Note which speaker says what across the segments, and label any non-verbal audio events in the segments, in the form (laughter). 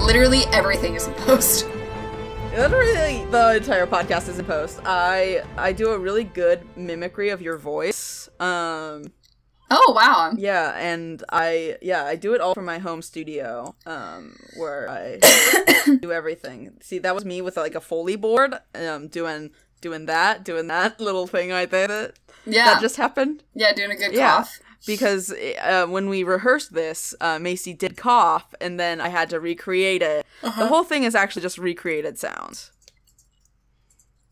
Speaker 1: Literally everything is in post.
Speaker 2: Literally, the entire podcast is in post. I I do a really good mimicry of your voice. Um,
Speaker 1: Oh wow.
Speaker 2: (coughs) yeah, and I yeah I do it all from my home studio, um, where I do everything. See, that was me with like a foley board, um, doing doing that, doing that (laughs) little thing right there that,
Speaker 1: Yeah.
Speaker 2: that just happened.
Speaker 1: yeah, doing a good
Speaker 2: Yeah.
Speaker 1: cough.
Speaker 2: because uh, when we rehearsed this, uh, Macy did cough, and then I had to recreate it. The whole thing is actually just recreated sounds.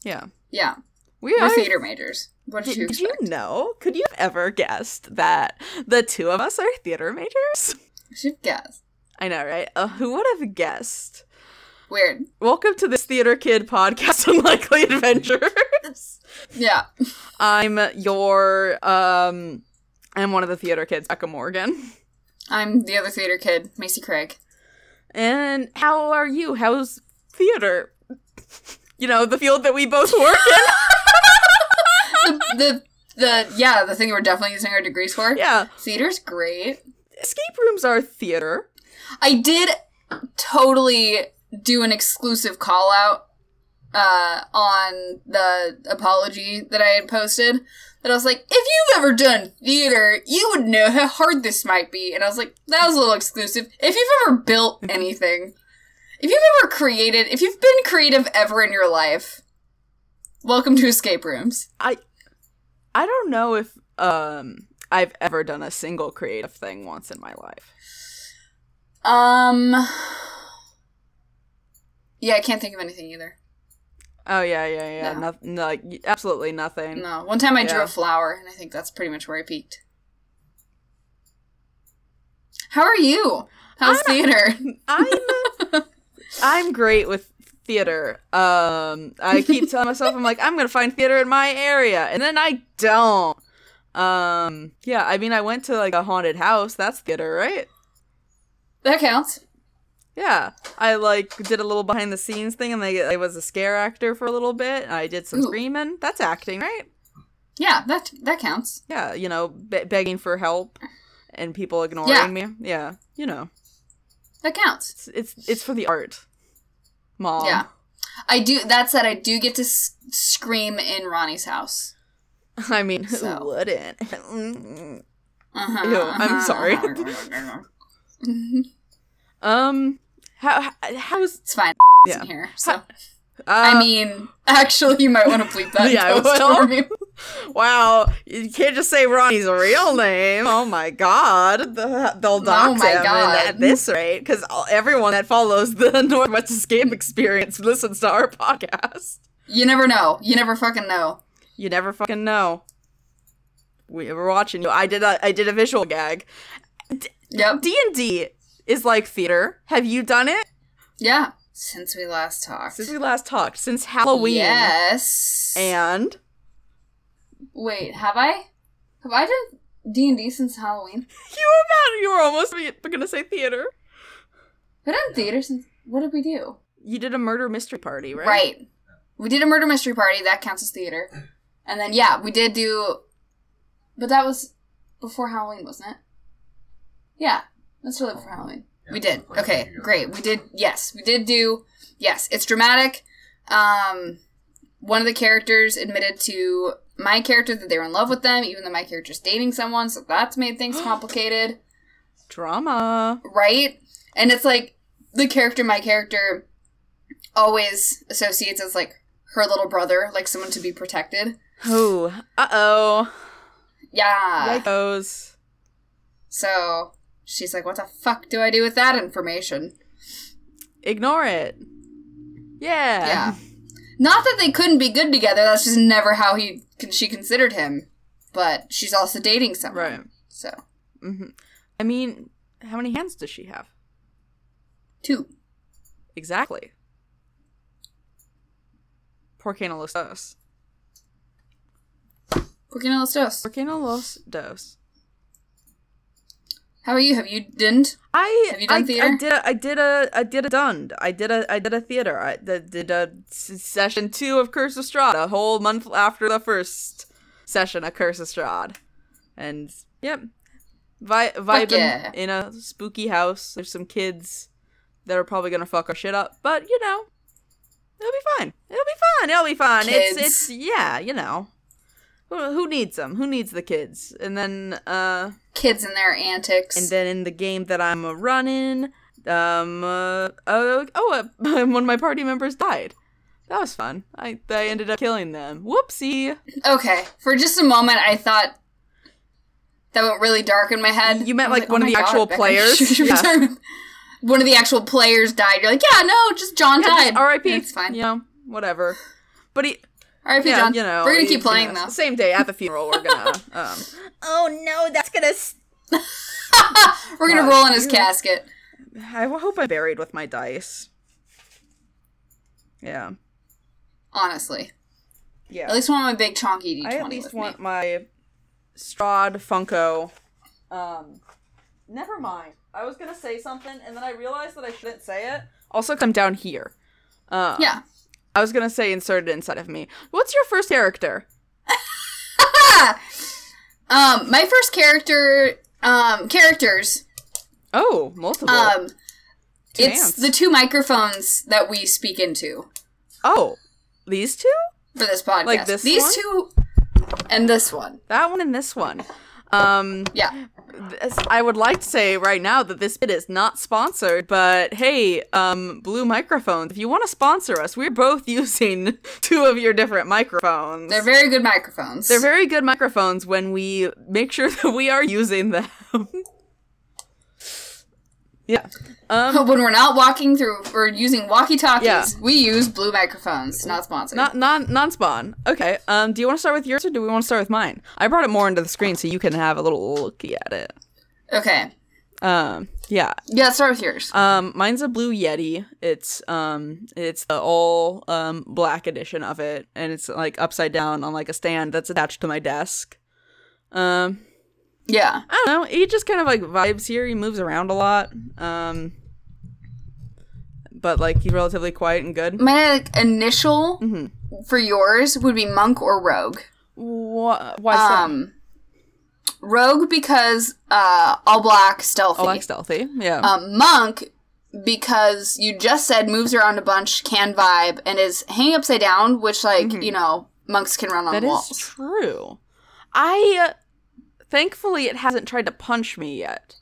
Speaker 2: Yeah,
Speaker 1: Yeah.
Speaker 2: we
Speaker 1: We're
Speaker 2: are.
Speaker 1: theater majors. What did,
Speaker 2: Did,
Speaker 1: you
Speaker 2: did you
Speaker 1: expect?
Speaker 2: know? Could you have ever guessed that the two of us are theater majors? (laughs)
Speaker 1: I should guess.
Speaker 2: I know, right? Uh, who would have guessed?
Speaker 1: Weird.
Speaker 2: Welcome to this Theater Kid podcast, (laughs) Unlikely Adventures.
Speaker 1: Yeah.
Speaker 2: (laughs) I'm your um, I'm one of the theater kids, Becca Morgan.
Speaker 1: I'm the other theater kid, Macy Craig.
Speaker 2: And how are you? How's theater? (laughs) You know, the field that we both work in.
Speaker 1: the the yeah, the thing we're definitely using our degrees for.
Speaker 2: (laughs) yeah.
Speaker 1: Theater's great.
Speaker 2: Escape rooms are theater.
Speaker 1: I did totally do an exclusive call out uh, on the apology that I had posted. That I was like, if you've ever done theater, you would know how hard this might be. And I was like, that was a little exclusive. If you've ever built anything, if you've ever created, if you've been creative ever in your life, welcome to escape rooms.
Speaker 2: I don't know if um I've ever done a single creative thing once in my life.
Speaker 1: Um, yeah, I can't think of anything either.
Speaker 2: Oh yeah, yeah, yeah.
Speaker 1: No.
Speaker 2: No. no, like absolutely nothing.
Speaker 1: No, one time I drew
Speaker 2: Yeah.
Speaker 1: a flower, and I think that's pretty much where I peaked. How are you? How's
Speaker 2: Ah.
Speaker 1: theater? (laughs)
Speaker 2: I'm I'm great with theater. Um I keep telling myself I'm like I'm going to find theater in my area and then I don't. Um yeah, I mean I went to like a haunted house. That's theater, right?
Speaker 1: That counts.
Speaker 2: Yeah, I like did a little behind the scenes thing, and they, I was a scare actor for a little bit. and I did some
Speaker 1: Ooh.
Speaker 2: screaming. That's acting, right?
Speaker 1: Yeah, that that counts.
Speaker 2: Yeah, you know, be- begging for help and people ignoring
Speaker 1: Yeah.
Speaker 2: me. Yeah, you know,
Speaker 1: That counts.
Speaker 2: it's it's, it's for the art, mom.
Speaker 1: Yeah. I do. That said, I do get to s- scream in Ronnie's house.
Speaker 2: (laughs) I mean, who
Speaker 1: So.
Speaker 2: wouldn't? Mm.
Speaker 1: Uh-huh,
Speaker 2: Ew, I'm
Speaker 1: uh-huh,
Speaker 2: sorry.
Speaker 1: uh-huh.
Speaker 2: (laughs) um, how how- how's
Speaker 1: (laughs) it's
Speaker 2: (laughs)
Speaker 1: fine. It's
Speaker 2: Yeah.
Speaker 1: in here. So
Speaker 2: uh,
Speaker 1: I mean, (laughs) actually, you might want to bleep that.
Speaker 2: (laughs) Yeah, I
Speaker 1: yeah, post
Speaker 2: will.
Speaker 1: for me.
Speaker 2: wow, you can't just say Ronnie's real name. Oh my God, The- they'll dox
Speaker 1: Oh my
Speaker 2: him in-
Speaker 1: God.
Speaker 2: at this rate because everyone that follows the (laughs) Northwest Escape Experience listens to our podcast.
Speaker 1: You never know. You never fucking know.
Speaker 2: You never fucking know. We were watching you. I did a I did a visual gag.
Speaker 1: Yep.
Speaker 2: D and D is like theater. Have you done it
Speaker 1: Yeah. Since we last talked.
Speaker 2: since we last talked? Since Halloween.
Speaker 1: Yes.
Speaker 2: And
Speaker 1: Wait, have I? Have I done D and D since Halloween?
Speaker 2: you were mad. You were almost be- gonna say theater.
Speaker 1: We done theater since. What did we do?
Speaker 2: You did a murder mystery party, right?
Speaker 1: Right. We did a murder mystery party. That counts as theater. And then yeah, we did do. But that was before Halloween, wasn't it? Yeah, that's really before Halloween. we did. Okay, great. We did. Yes, we did do. Yes, it's dramatic. Um, one of the characters admitted to my character that they were in love with them, even though my character's dating someone, so that's made things complicated.
Speaker 2: Drama.
Speaker 1: right? And it's like the character my character always associates as like her little brother, like someone to be protected.
Speaker 2: Who? Uh oh.
Speaker 1: Yeah.
Speaker 2: Yikes.
Speaker 1: So she's like, what the fuck do I do with that information?
Speaker 2: Ignore it. Yeah.
Speaker 1: Yeah. Not that they couldn't be good together, that's just never how he she considered him. But she's also dating someone.
Speaker 2: Right.
Speaker 1: So,
Speaker 2: hmm I mean, how many hands does she have?
Speaker 1: two.
Speaker 2: Exactly. Porcano los dos.
Speaker 1: Por qué no los dos?
Speaker 2: Porcano los dos.
Speaker 1: How are you? Have you didn't?
Speaker 2: I
Speaker 1: Have you done
Speaker 2: I, I
Speaker 1: theater?
Speaker 2: did a I did a I did a dund. I did a I did a theater. I did, did a s- session two of Curse of Strahd a whole month after the first session of Curse of Strahd, and yep, Vi- vibing
Speaker 1: yeah.
Speaker 2: in a spooky house. There's some kids that are probably gonna fuck our shit up. But you know, it'll be fine. It'll be fine. It'll be fine. It's
Speaker 1: Kids.
Speaker 2: it's yeah, you know. Who, who needs them? Who needs the kids? And then uh
Speaker 1: Kids and their antics.
Speaker 2: and then in the game that I'm uh, running, um uh, oh, oh uh, (laughs) one of my party members died. That was fun. I I ended up killing them. Whoopsie.
Speaker 1: okay, for just a moment, I thought that went really dark in my head.
Speaker 2: You
Speaker 1: I
Speaker 2: meant,
Speaker 1: was "Oh
Speaker 2: like, one of
Speaker 1: my
Speaker 2: the actual
Speaker 1: (laughs) Becca,
Speaker 2: players?
Speaker 1: you should be
Speaker 2: Yeah.
Speaker 1: talking- One of the actual players died. You're like, yeah, no, just John
Speaker 2: Yeah,
Speaker 1: died.
Speaker 2: just R.I.P.
Speaker 1: It's fine.
Speaker 2: You know, whatever. But he,
Speaker 1: R.I.P.
Speaker 2: yeah,
Speaker 1: John.
Speaker 2: you know,
Speaker 1: We're gonna
Speaker 2: he-
Speaker 1: keep playing
Speaker 2: you know,
Speaker 1: though.
Speaker 2: Same day at the funeral, we're gonna.
Speaker 1: (laughs)
Speaker 2: um, oh no, that's gonna. St-
Speaker 1: We're gonna
Speaker 2: Fuck
Speaker 1: roll in his
Speaker 2: you.
Speaker 1: casket.
Speaker 2: I hope I'm buried with my dice. Yeah.
Speaker 1: Honestly,
Speaker 2: Yeah.
Speaker 1: at least one of my big chonky d20
Speaker 2: I at least
Speaker 1: with
Speaker 2: want
Speaker 1: me.
Speaker 2: my Strahd Funko. Um, never mind. I was gonna say something, and then I realized that I shouldn't say it. Also, come down here. Uh,
Speaker 1: Yeah.
Speaker 2: I was gonna say insert it inside of me. What's your first character?
Speaker 1: Um, my first character, um, characters,
Speaker 2: Oh, multiple.
Speaker 1: um,
Speaker 2: Two
Speaker 1: it's
Speaker 2: hands.
Speaker 1: the two microphones that we speak into
Speaker 2: oh, these two?
Speaker 1: for this podcast.
Speaker 2: Like this
Speaker 1: These
Speaker 2: one?
Speaker 1: two and this one.
Speaker 2: That one and this one. Um,
Speaker 1: Yeah.
Speaker 2: this, I would like to say right now that this bit is not sponsored, but hey, um, Blue Microphones, if you want to sponsor us, we're both (laughs) using two of your different microphones.
Speaker 1: They're very good microphones.
Speaker 2: They're very good microphones when we make sure (laughs) that we are using them. yeah.
Speaker 1: (laughs)
Speaker 2: Um,
Speaker 1: when we're not walking through or using walkie talkies,
Speaker 2: Yeah.
Speaker 1: we use blue microphones, not sponsored.
Speaker 2: not non non spawn. Okay. Um, do you want to start with yours or do we want to start with mine? I brought it more into the screen so you can have a little looky at it.
Speaker 1: okay.
Speaker 2: Um, yeah.
Speaker 1: Yeah, start with yours.
Speaker 2: Um, mine's a blue yeti. It's um, it's the all um black edition of it, and it's like upside down on like a stand that's attached to my desk. Um,
Speaker 1: yeah.
Speaker 2: I don't know. He just kind of like vibes here. He moves around a lot. Um, but like he's relatively quiet and good.
Speaker 1: My like, initial
Speaker 2: mm-hmm.
Speaker 1: for yours would be monk or rogue.
Speaker 2: Wha- Why um,
Speaker 1: Um, rogue because uh, all black stealthy.
Speaker 2: so? like Oh, stealthy? Yeah.
Speaker 1: um, monk because you just said moves around a bunch, can vibe, and is hanging upside down, which like you know monks can run on
Speaker 2: Mm-hmm. that
Speaker 1: walls.
Speaker 2: is true. I uh, thankfully it hasn't tried to punch me yet.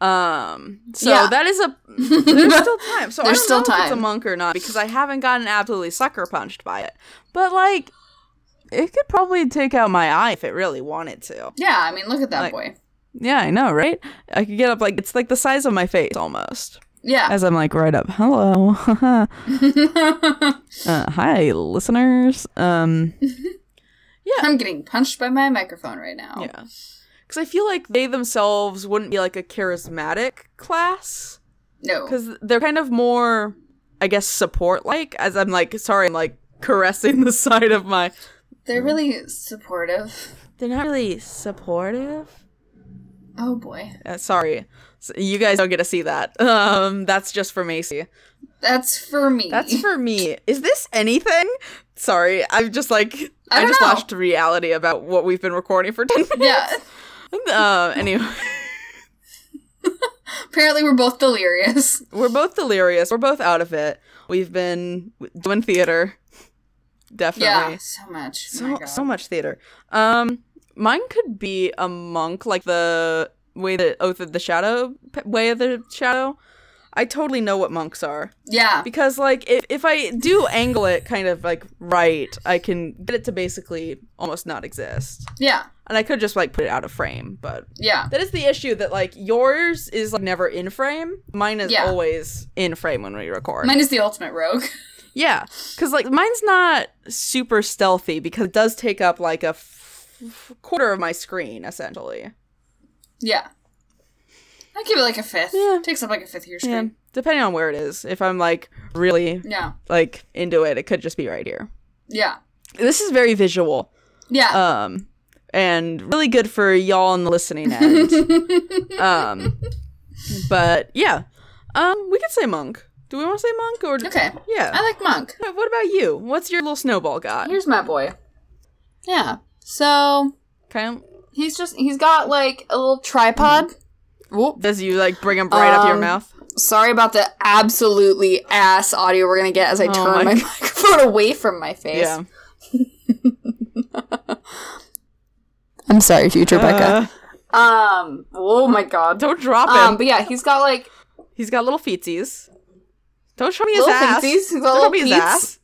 Speaker 2: Um. So
Speaker 1: Yeah.
Speaker 2: that
Speaker 1: (laughs)
Speaker 2: is a there's still time. So I
Speaker 1: There's
Speaker 2: don't
Speaker 1: still
Speaker 2: know if it's a
Speaker 1: time.
Speaker 2: monk or not because I haven't gotten absolutely sucker punched by it. But like, it could probably take out my eye if it really wanted to.
Speaker 1: yeah, I mean look at that
Speaker 2: Like-
Speaker 1: boy.
Speaker 2: Yeah, I know, right? I could get up like it's like the size of my face almost.
Speaker 1: Yeah,
Speaker 2: As I'm like right up, hello, (laughs) uh, hi, listeners. (laughs) Um,
Speaker 1: I'm getting punched by my microphone right now.
Speaker 2: yeah, because I feel like they themselves wouldn't be like a charismatic class
Speaker 1: No,
Speaker 2: because they're kind of more, I guess, support like. As I'm like, sorry, I'm like caressing (laughs) the side of my.
Speaker 1: they're really supportive.
Speaker 2: They're not really supportive.
Speaker 1: Oh boy,
Speaker 2: Uh, sorry, S- you guys don't get to see that. (laughs) Um, that's just for Macy.
Speaker 1: that's for me.
Speaker 2: That's for me. Is this anything? Sorry, I'm just like
Speaker 1: I
Speaker 2: I,
Speaker 1: don't
Speaker 2: just
Speaker 1: know.
Speaker 2: lost reality about what we've been recording for ten minutes.
Speaker 1: (laughs) yeah.
Speaker 2: Uh, anyway,
Speaker 1: Apparently, we're both delirious.
Speaker 2: we're both delirious. We're both out of it. We've been doing theater, definitely.
Speaker 1: Yeah, so much. Oh my
Speaker 2: So
Speaker 1: God.
Speaker 2: so much theater. Um, mine could be a monk, like the way that Oath of the Shadow, p- Way of the Shadow. I totally know what monks are.
Speaker 1: yeah,
Speaker 2: because like if, if i do angle it kind of like right i can get it to basically almost not exist
Speaker 1: yeah,
Speaker 2: and i could just like put it out of frame but
Speaker 1: yeah.
Speaker 2: that is the issue that like yours is like never in frame mine is
Speaker 1: Yeah.
Speaker 2: always in frame when we record
Speaker 1: Mine is the ultimate rogue. (laughs)
Speaker 2: yeah because like mine's not super stealthy because it does take up like a f- f- quarter of my screen essentially
Speaker 1: Yeah. I give it like a fifth.
Speaker 2: Yeah.
Speaker 1: Takes up like a fifth of your
Speaker 2: yeah
Speaker 1: screen.
Speaker 2: depending on where it is if i'm like really
Speaker 1: Yeah.
Speaker 2: like into it it could just be right here
Speaker 1: Yeah.
Speaker 2: this is very visual
Speaker 1: Yeah.
Speaker 2: um and really good for y'all on the
Speaker 1: (laughs)
Speaker 2: listening end um but yeah um we could say monk do we want to say monk or
Speaker 1: okay.
Speaker 2: yeah
Speaker 1: I like monk.
Speaker 2: What- what about you what's your little snowball guy
Speaker 1: Here's my boy. Yeah. So
Speaker 2: kind of
Speaker 1: he's just he's got like a little tripod. Whoop.
Speaker 2: Mm-hmm. does you like bring him right up to your
Speaker 1: Um,
Speaker 2: mouth
Speaker 1: Sorry about the absolutely ass audio we're gonna get as I
Speaker 2: Oh
Speaker 1: turn my (laughs)
Speaker 2: my
Speaker 1: microphone away from my face.
Speaker 2: Yeah.
Speaker 1: I'm sorry, future
Speaker 2: Uh,
Speaker 1: Becca. Um. Oh my god.
Speaker 2: don't drop him.
Speaker 1: Um. But yeah, he's got like
Speaker 2: He's got little feetsies. Don't show me his
Speaker 1: little
Speaker 2: ass.
Speaker 1: fingies. He's got
Speaker 2: Don't show
Speaker 1: little
Speaker 2: me his
Speaker 1: feets.
Speaker 2: ass.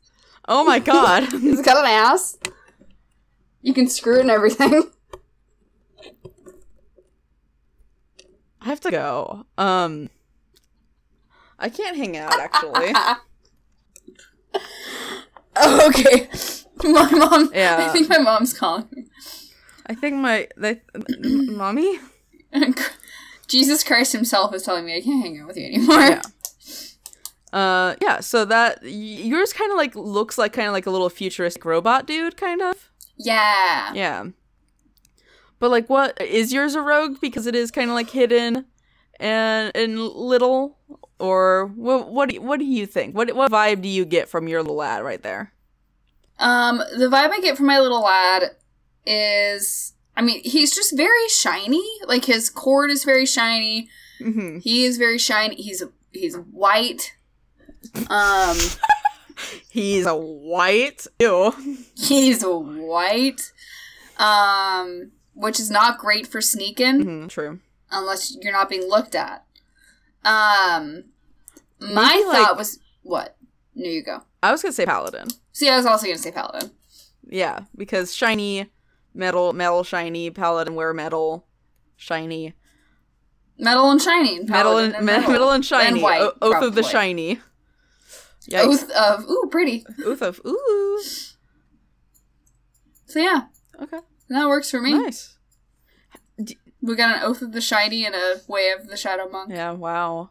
Speaker 1: (laughs)
Speaker 2: Oh my god.
Speaker 1: He's got an ass. You can screw it and everything. (laughs)
Speaker 2: I have to go. Um I can't hang
Speaker 1: (laughs)
Speaker 2: out actually.
Speaker 1: Oh, okay. My mom.
Speaker 2: Yeah.
Speaker 1: I think my mom's calling me.
Speaker 2: I think my they, m- mommy?
Speaker 1: (laughs) Jesus Christ himself is telling me I can't hang out with you anymore.
Speaker 2: Yeah. (laughs) Uh yeah, so that y- yours kind of like looks like kind of like a little futuristic robot dude kind of.
Speaker 1: Yeah.
Speaker 2: Yeah. But like what is yours a rogue because it is kind of like hidden and and little or what what do you, what do you think? What what vibe do you get from your little lad right there?
Speaker 1: Um, the vibe I get from my little lad is, I mean, he's just very shiny. Like his cord is very shiny.
Speaker 2: Mhm.
Speaker 1: He is very shiny. He's he's white. Um, (laughs)
Speaker 2: He's a white. Ew.
Speaker 1: he's white. Um, which is not great for sneaking.
Speaker 2: Mm-hmm, True.
Speaker 1: unless you're not being looked at. Um, my
Speaker 2: Maybe,
Speaker 1: thought
Speaker 2: like-
Speaker 1: was what? There you go.
Speaker 2: I was gonna say paladin.
Speaker 1: See, I was also gonna say paladin.
Speaker 2: Yeah, because shiny, metal, metal, shiny, paladin wear metal, shiny,
Speaker 1: Metal and shiny. And
Speaker 2: metal
Speaker 1: paladin
Speaker 2: and, me- metal. and shiny.
Speaker 1: And white,
Speaker 2: O- oath of
Speaker 1: probably.
Speaker 2: the shiny. Yikes. Oath.
Speaker 1: (laughs) Oath of ooh, pretty.
Speaker 2: of ooh.
Speaker 1: So yeah,
Speaker 2: Okay.
Speaker 1: that works for me.
Speaker 2: Nice.
Speaker 1: We got an oath of the shiny and a way of the shadow monk.
Speaker 2: Yeah. Wow.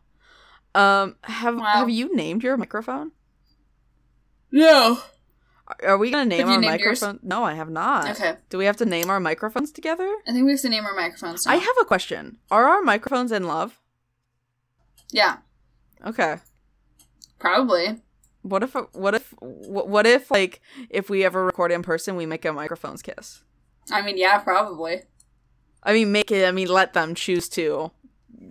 Speaker 2: Um. Have
Speaker 1: Wow.
Speaker 2: Have you named your microphone?
Speaker 1: No.
Speaker 2: Are- Are we gonna name
Speaker 1: you
Speaker 2: our
Speaker 1: named yours?
Speaker 2: microphone? No, I have not.
Speaker 1: Okay.
Speaker 2: Do we have to name our microphones together?
Speaker 1: I think we have to name our microphones. Now.
Speaker 2: I have a question. Are our microphones in love?
Speaker 1: yeah,
Speaker 2: Okay.
Speaker 1: probably.
Speaker 2: What if what if wh- what if like if we ever record in person, we make a microphones kiss?
Speaker 1: I mean, yeah, probably.
Speaker 2: I mean, make it. I mean, let them choose to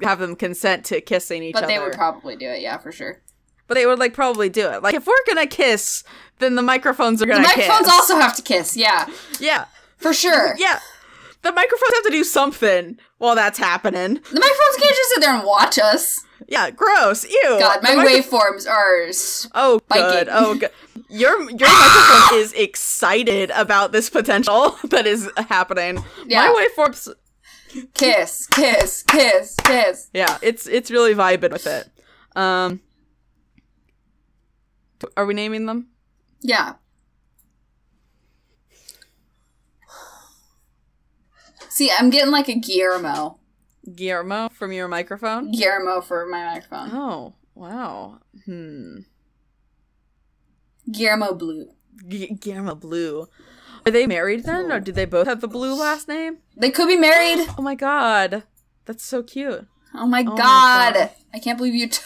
Speaker 2: have them consent to kissing each
Speaker 1: but
Speaker 2: other.
Speaker 1: they would probably do it. Yeah, for sure.
Speaker 2: but they would like probably do it. Like if we're gonna kiss, then the microphones are
Speaker 1: The
Speaker 2: gonna
Speaker 1: microphones
Speaker 2: kiss.
Speaker 1: also have to kiss. Yeah,
Speaker 2: yeah,
Speaker 1: for sure.
Speaker 2: (laughs) yeah. The microphones have to do something while that's happening.
Speaker 1: The microphones can't just sit there and watch us.
Speaker 2: Yeah, gross. Ew.
Speaker 1: God,
Speaker 2: The
Speaker 1: my
Speaker 2: micro-
Speaker 1: waveforms are. s-
Speaker 2: Oh
Speaker 1: Biking.
Speaker 2: good. Oh good.
Speaker 1: (laughs)
Speaker 2: Your your microphone is excited about this potential (laughs) that is happening.
Speaker 1: Yeah.
Speaker 2: My waveforms
Speaker 1: Kiss, kiss, kiss, kiss.
Speaker 2: Yeah, it's it's really vibing with it. Um, do- are we naming them?
Speaker 1: Yeah. See, I'm getting like a Guillermo.
Speaker 2: Guillermo from your microphone.
Speaker 1: Guillermo for my microphone.
Speaker 2: Oh wow. Hmm.
Speaker 1: Guillermo Blue.
Speaker 2: Gu- Guillermo Blue. Are they married then, or did they both have the Blue last name?
Speaker 1: They could be married.
Speaker 2: Oh my god, that's so cute.
Speaker 1: Oh my,
Speaker 2: my
Speaker 1: god.
Speaker 2: God.
Speaker 1: I can't believe you. T-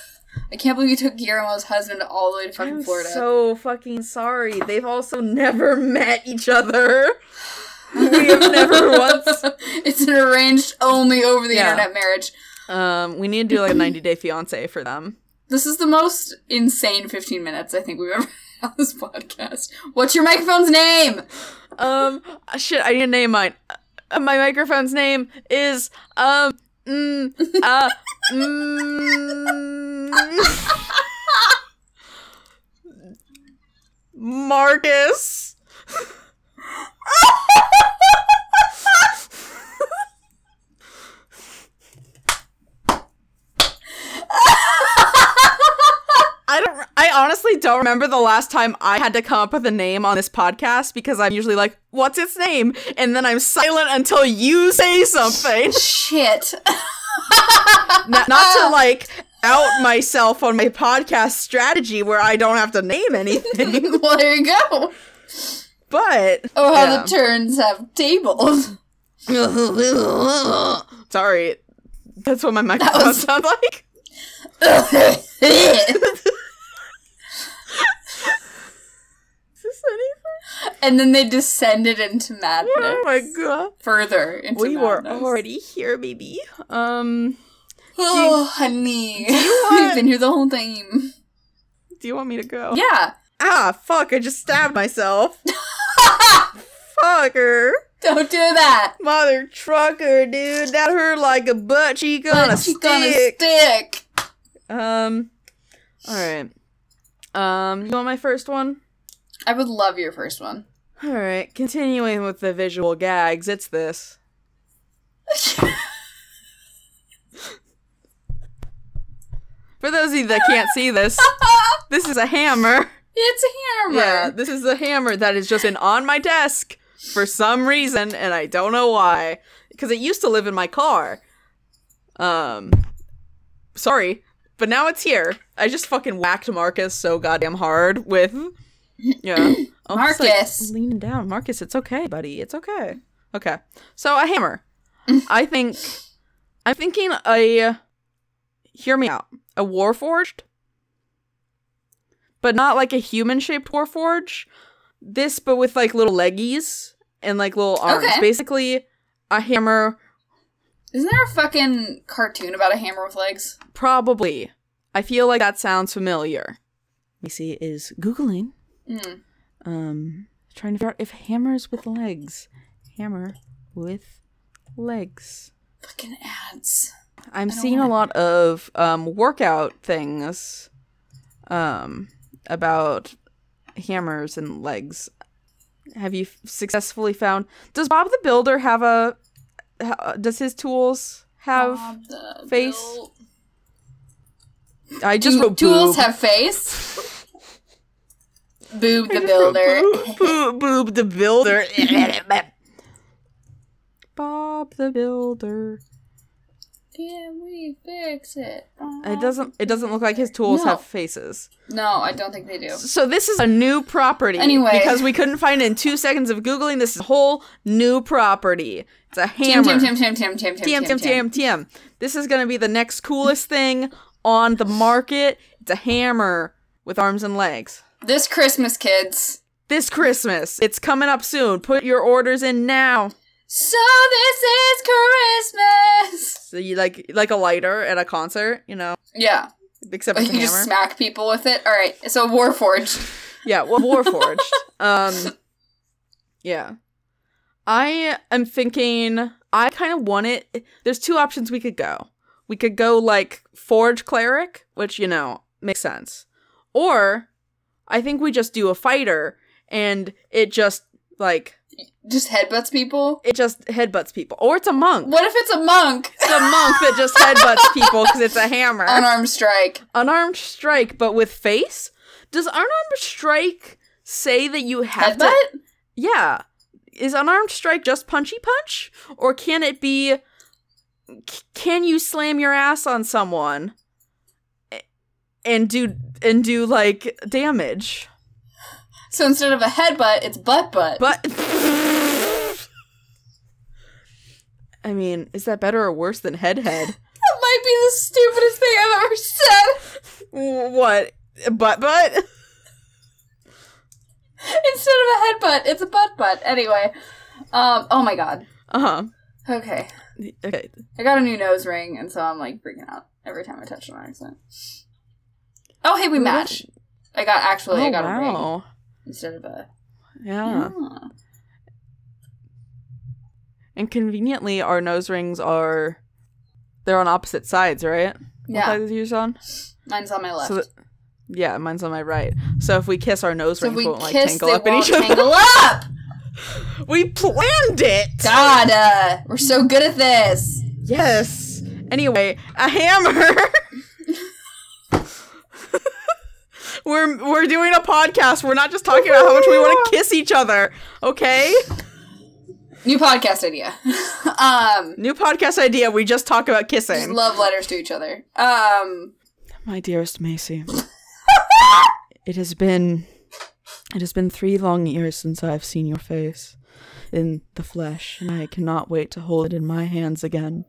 Speaker 1: I can't believe you took Guillermo's husband all the way to fucking
Speaker 2: I'm
Speaker 1: Florida.
Speaker 2: so fucking sorry. They've also never met
Speaker 1: (laughs)
Speaker 2: each other. We have never once.
Speaker 1: it's an arranged only over the
Speaker 2: Yeah.
Speaker 1: internet marriage.
Speaker 2: Um, we need to do like a 90 day fiance for them.
Speaker 1: This is the most insane 15 minutes I think we've ever had on this podcast. What's your microphone's name?
Speaker 2: Um, shit, I need to name mine. Uh, my microphone's name is, um, mm, uh, mm, Marcus. I don't. I honestly don't remember the last time I had to come up with a name on this podcast because I'm usually like, "What's its name?" and then I'm silent until you say something.
Speaker 1: Shit. (laughs)
Speaker 2: not, not
Speaker 1: Uh-uh.
Speaker 2: to like out myself on my podcast strategy where I don't have to name anything, (laughs)
Speaker 1: well, there you go.
Speaker 2: but
Speaker 1: Oh, how
Speaker 2: yeah.
Speaker 1: the turns have
Speaker 2: (laughs)
Speaker 1: tables.
Speaker 2: sorry, that's what my microphone
Speaker 1: was-
Speaker 2: sounds like. (laughs) Is this
Speaker 1: (laughs)
Speaker 2: anything?
Speaker 1: (laughs) and then they descended into madness.
Speaker 2: Oh my god.
Speaker 1: Further into
Speaker 2: we were
Speaker 1: madness.
Speaker 2: already here, baby. Um,
Speaker 1: Oh, honey. (laughs)
Speaker 2: want- Oh.
Speaker 1: We've been here the whole time.
Speaker 2: Do you want me to go?
Speaker 1: Yeah.
Speaker 2: Ah, fuck, I just
Speaker 1: (laughs)
Speaker 2: stabbed myself. Fucker.
Speaker 1: Don't do that.
Speaker 2: Mother trucker, dude. That hurt like a butt cheek on a
Speaker 1: But she's
Speaker 2: stick.
Speaker 1: gonna stick.
Speaker 2: Um Alright. Um, you want my first one?
Speaker 1: I would love your first one. (laughs)
Speaker 2: Alright, continuing with the visual gags, it's this. For those of you that can't see this, this is a hammer.
Speaker 1: It's a hammer.
Speaker 2: Yeah, this is a hammer that has just been on my desk for some reason, and I don't know why. Because it used to live in my car. Um, sorry, but now it's here. I just fucking whacked Marcus so goddamn hard with, yeah, I was just, like,
Speaker 1: Marcus.
Speaker 2: leaning down. Marcus, it's okay, buddy. It's okay. Okay, so
Speaker 1: (laughs)
Speaker 2: a hammer. I think I'm thinking a. Hear me out. A warforged but not like a human shaped warforge. This, but with like little leggies and like little arms.
Speaker 1: Okay.
Speaker 2: Basically, a hammer,
Speaker 1: Isn't there a fucking cartoon about a hammer with legs?
Speaker 2: probably. I feel like that sounds familiar. Macy is googling,
Speaker 1: Mm.
Speaker 2: um, trying to figure out if hammers with legs. Hammer with legs.
Speaker 1: Fucking ads.
Speaker 2: I'm
Speaker 1: I don't
Speaker 2: seeing a
Speaker 1: wanna-
Speaker 2: lot of um, workout things um, about hammers and legs. Have you f- successfully found? Does Bob the Builder have a? ha- Does his tools have?
Speaker 1: Bob the
Speaker 2: face.
Speaker 1: Build-
Speaker 2: I just
Speaker 1: Do
Speaker 2: wrote
Speaker 1: tools
Speaker 2: boob.
Speaker 1: have face. Boob the builder.
Speaker 2: (laughs) Boob, boob, boob the Builder. (laughs) Bob the Builder.
Speaker 1: Can we fix it?
Speaker 2: It doesn't. It doesn't look like his tools
Speaker 1: No.
Speaker 2: have faces.
Speaker 1: No, I don't think they do.
Speaker 2: So this is a new property.
Speaker 1: Anyway.
Speaker 2: because we couldn't find it in two seconds of googling, this is a whole new property. It's a
Speaker 1: Tim,
Speaker 2: hammer.
Speaker 1: Tim, Tim, Tim, Tim, Tim, Tim, Tim, Tim.
Speaker 2: TM, TM. This is gonna be the next coolest thing on the market. It's a hammer with arms and legs.
Speaker 1: This Christmas, kids.
Speaker 2: This Christmas, it's coming up soon. Put your orders in now.
Speaker 1: So this is Christmas.
Speaker 2: So you like like a lighter at a concert, you know,
Speaker 1: Yeah,
Speaker 2: except
Speaker 1: you
Speaker 2: it's a hammer.
Speaker 1: (laughs) just smack people with it. All right, so Warforged.
Speaker 2: Yeah, well, Warforged.
Speaker 1: (laughs)
Speaker 2: um, yeah, I am thinking. I kind of want it. There's two options we could go. We could go like Forge Cleric, which you know makes sense, or I think we just do a fighter and it just like
Speaker 1: Just headbutts people.
Speaker 2: it just headbutts people, or it's a monk.
Speaker 1: What if it's a monk?
Speaker 2: It's a monk that just
Speaker 1: (laughs)
Speaker 2: headbutts people because it's a hammer
Speaker 1: Unarmed strike.
Speaker 2: unarmed strike, but with face. Does unarmed strike say that you have to?
Speaker 1: Headbutt?
Speaker 2: Yeah. Is unarmed strike just punchy punch? Or can it be. c- Can you slam your ass on someone a- and do and do like damage?
Speaker 1: So instead of a headbutt, it's butt butt.
Speaker 2: But (laughs) I mean, is that better or worse than
Speaker 1: (laughs)
Speaker 2: head head?
Speaker 1: That might be the stupidest thing I've ever said. (laughs)
Speaker 2: what? Butt butt?
Speaker 1: Instead of a headbutt, it's a butt butt. Anyway, um, oh my god.
Speaker 2: Uh
Speaker 1: Okay,
Speaker 2: huh. Okay.
Speaker 1: I got a new nose ring, and so I'm like freaking out every time I touch it on accident. Oh hey, we
Speaker 2: Ooh,
Speaker 1: match. I got actually I
Speaker 2: Oh,
Speaker 1: got a ring
Speaker 2: wow.
Speaker 1: instead of a.
Speaker 2: Yeah.
Speaker 1: Ah.
Speaker 2: And conveniently, our nose rings are they're on opposite sides, right? What
Speaker 1: Yeah,
Speaker 2: side is yours on?
Speaker 1: mine's on my left.
Speaker 2: So
Speaker 1: So,
Speaker 2: that- yeah, mine's on my right. So if we kiss, our nose
Speaker 1: if
Speaker 2: rings
Speaker 1: we
Speaker 2: won't like
Speaker 1: kiss,
Speaker 2: tangle
Speaker 1: they
Speaker 2: up in
Speaker 1: won't
Speaker 2: each other.
Speaker 1: tangle up.
Speaker 2: (laughs) We planned it.
Speaker 1: God, uh, we're so good at this.
Speaker 2: (laughs) Yes. Anyway, a hammer. (laughs) we're we're doing a podcast. We're not just talking about how much
Speaker 1: (laughs)
Speaker 2: we want to kiss each other. Okay.
Speaker 1: New podcast idea. (laughs) um,
Speaker 2: New podcast idea. We just talk about
Speaker 1: just
Speaker 2: kissing.
Speaker 1: love letters to each other. Um.
Speaker 2: My dearest Macy, it has been it has been 3 long years since I've seen your face in the flesh, and I cannot wait to hold it in my hands again.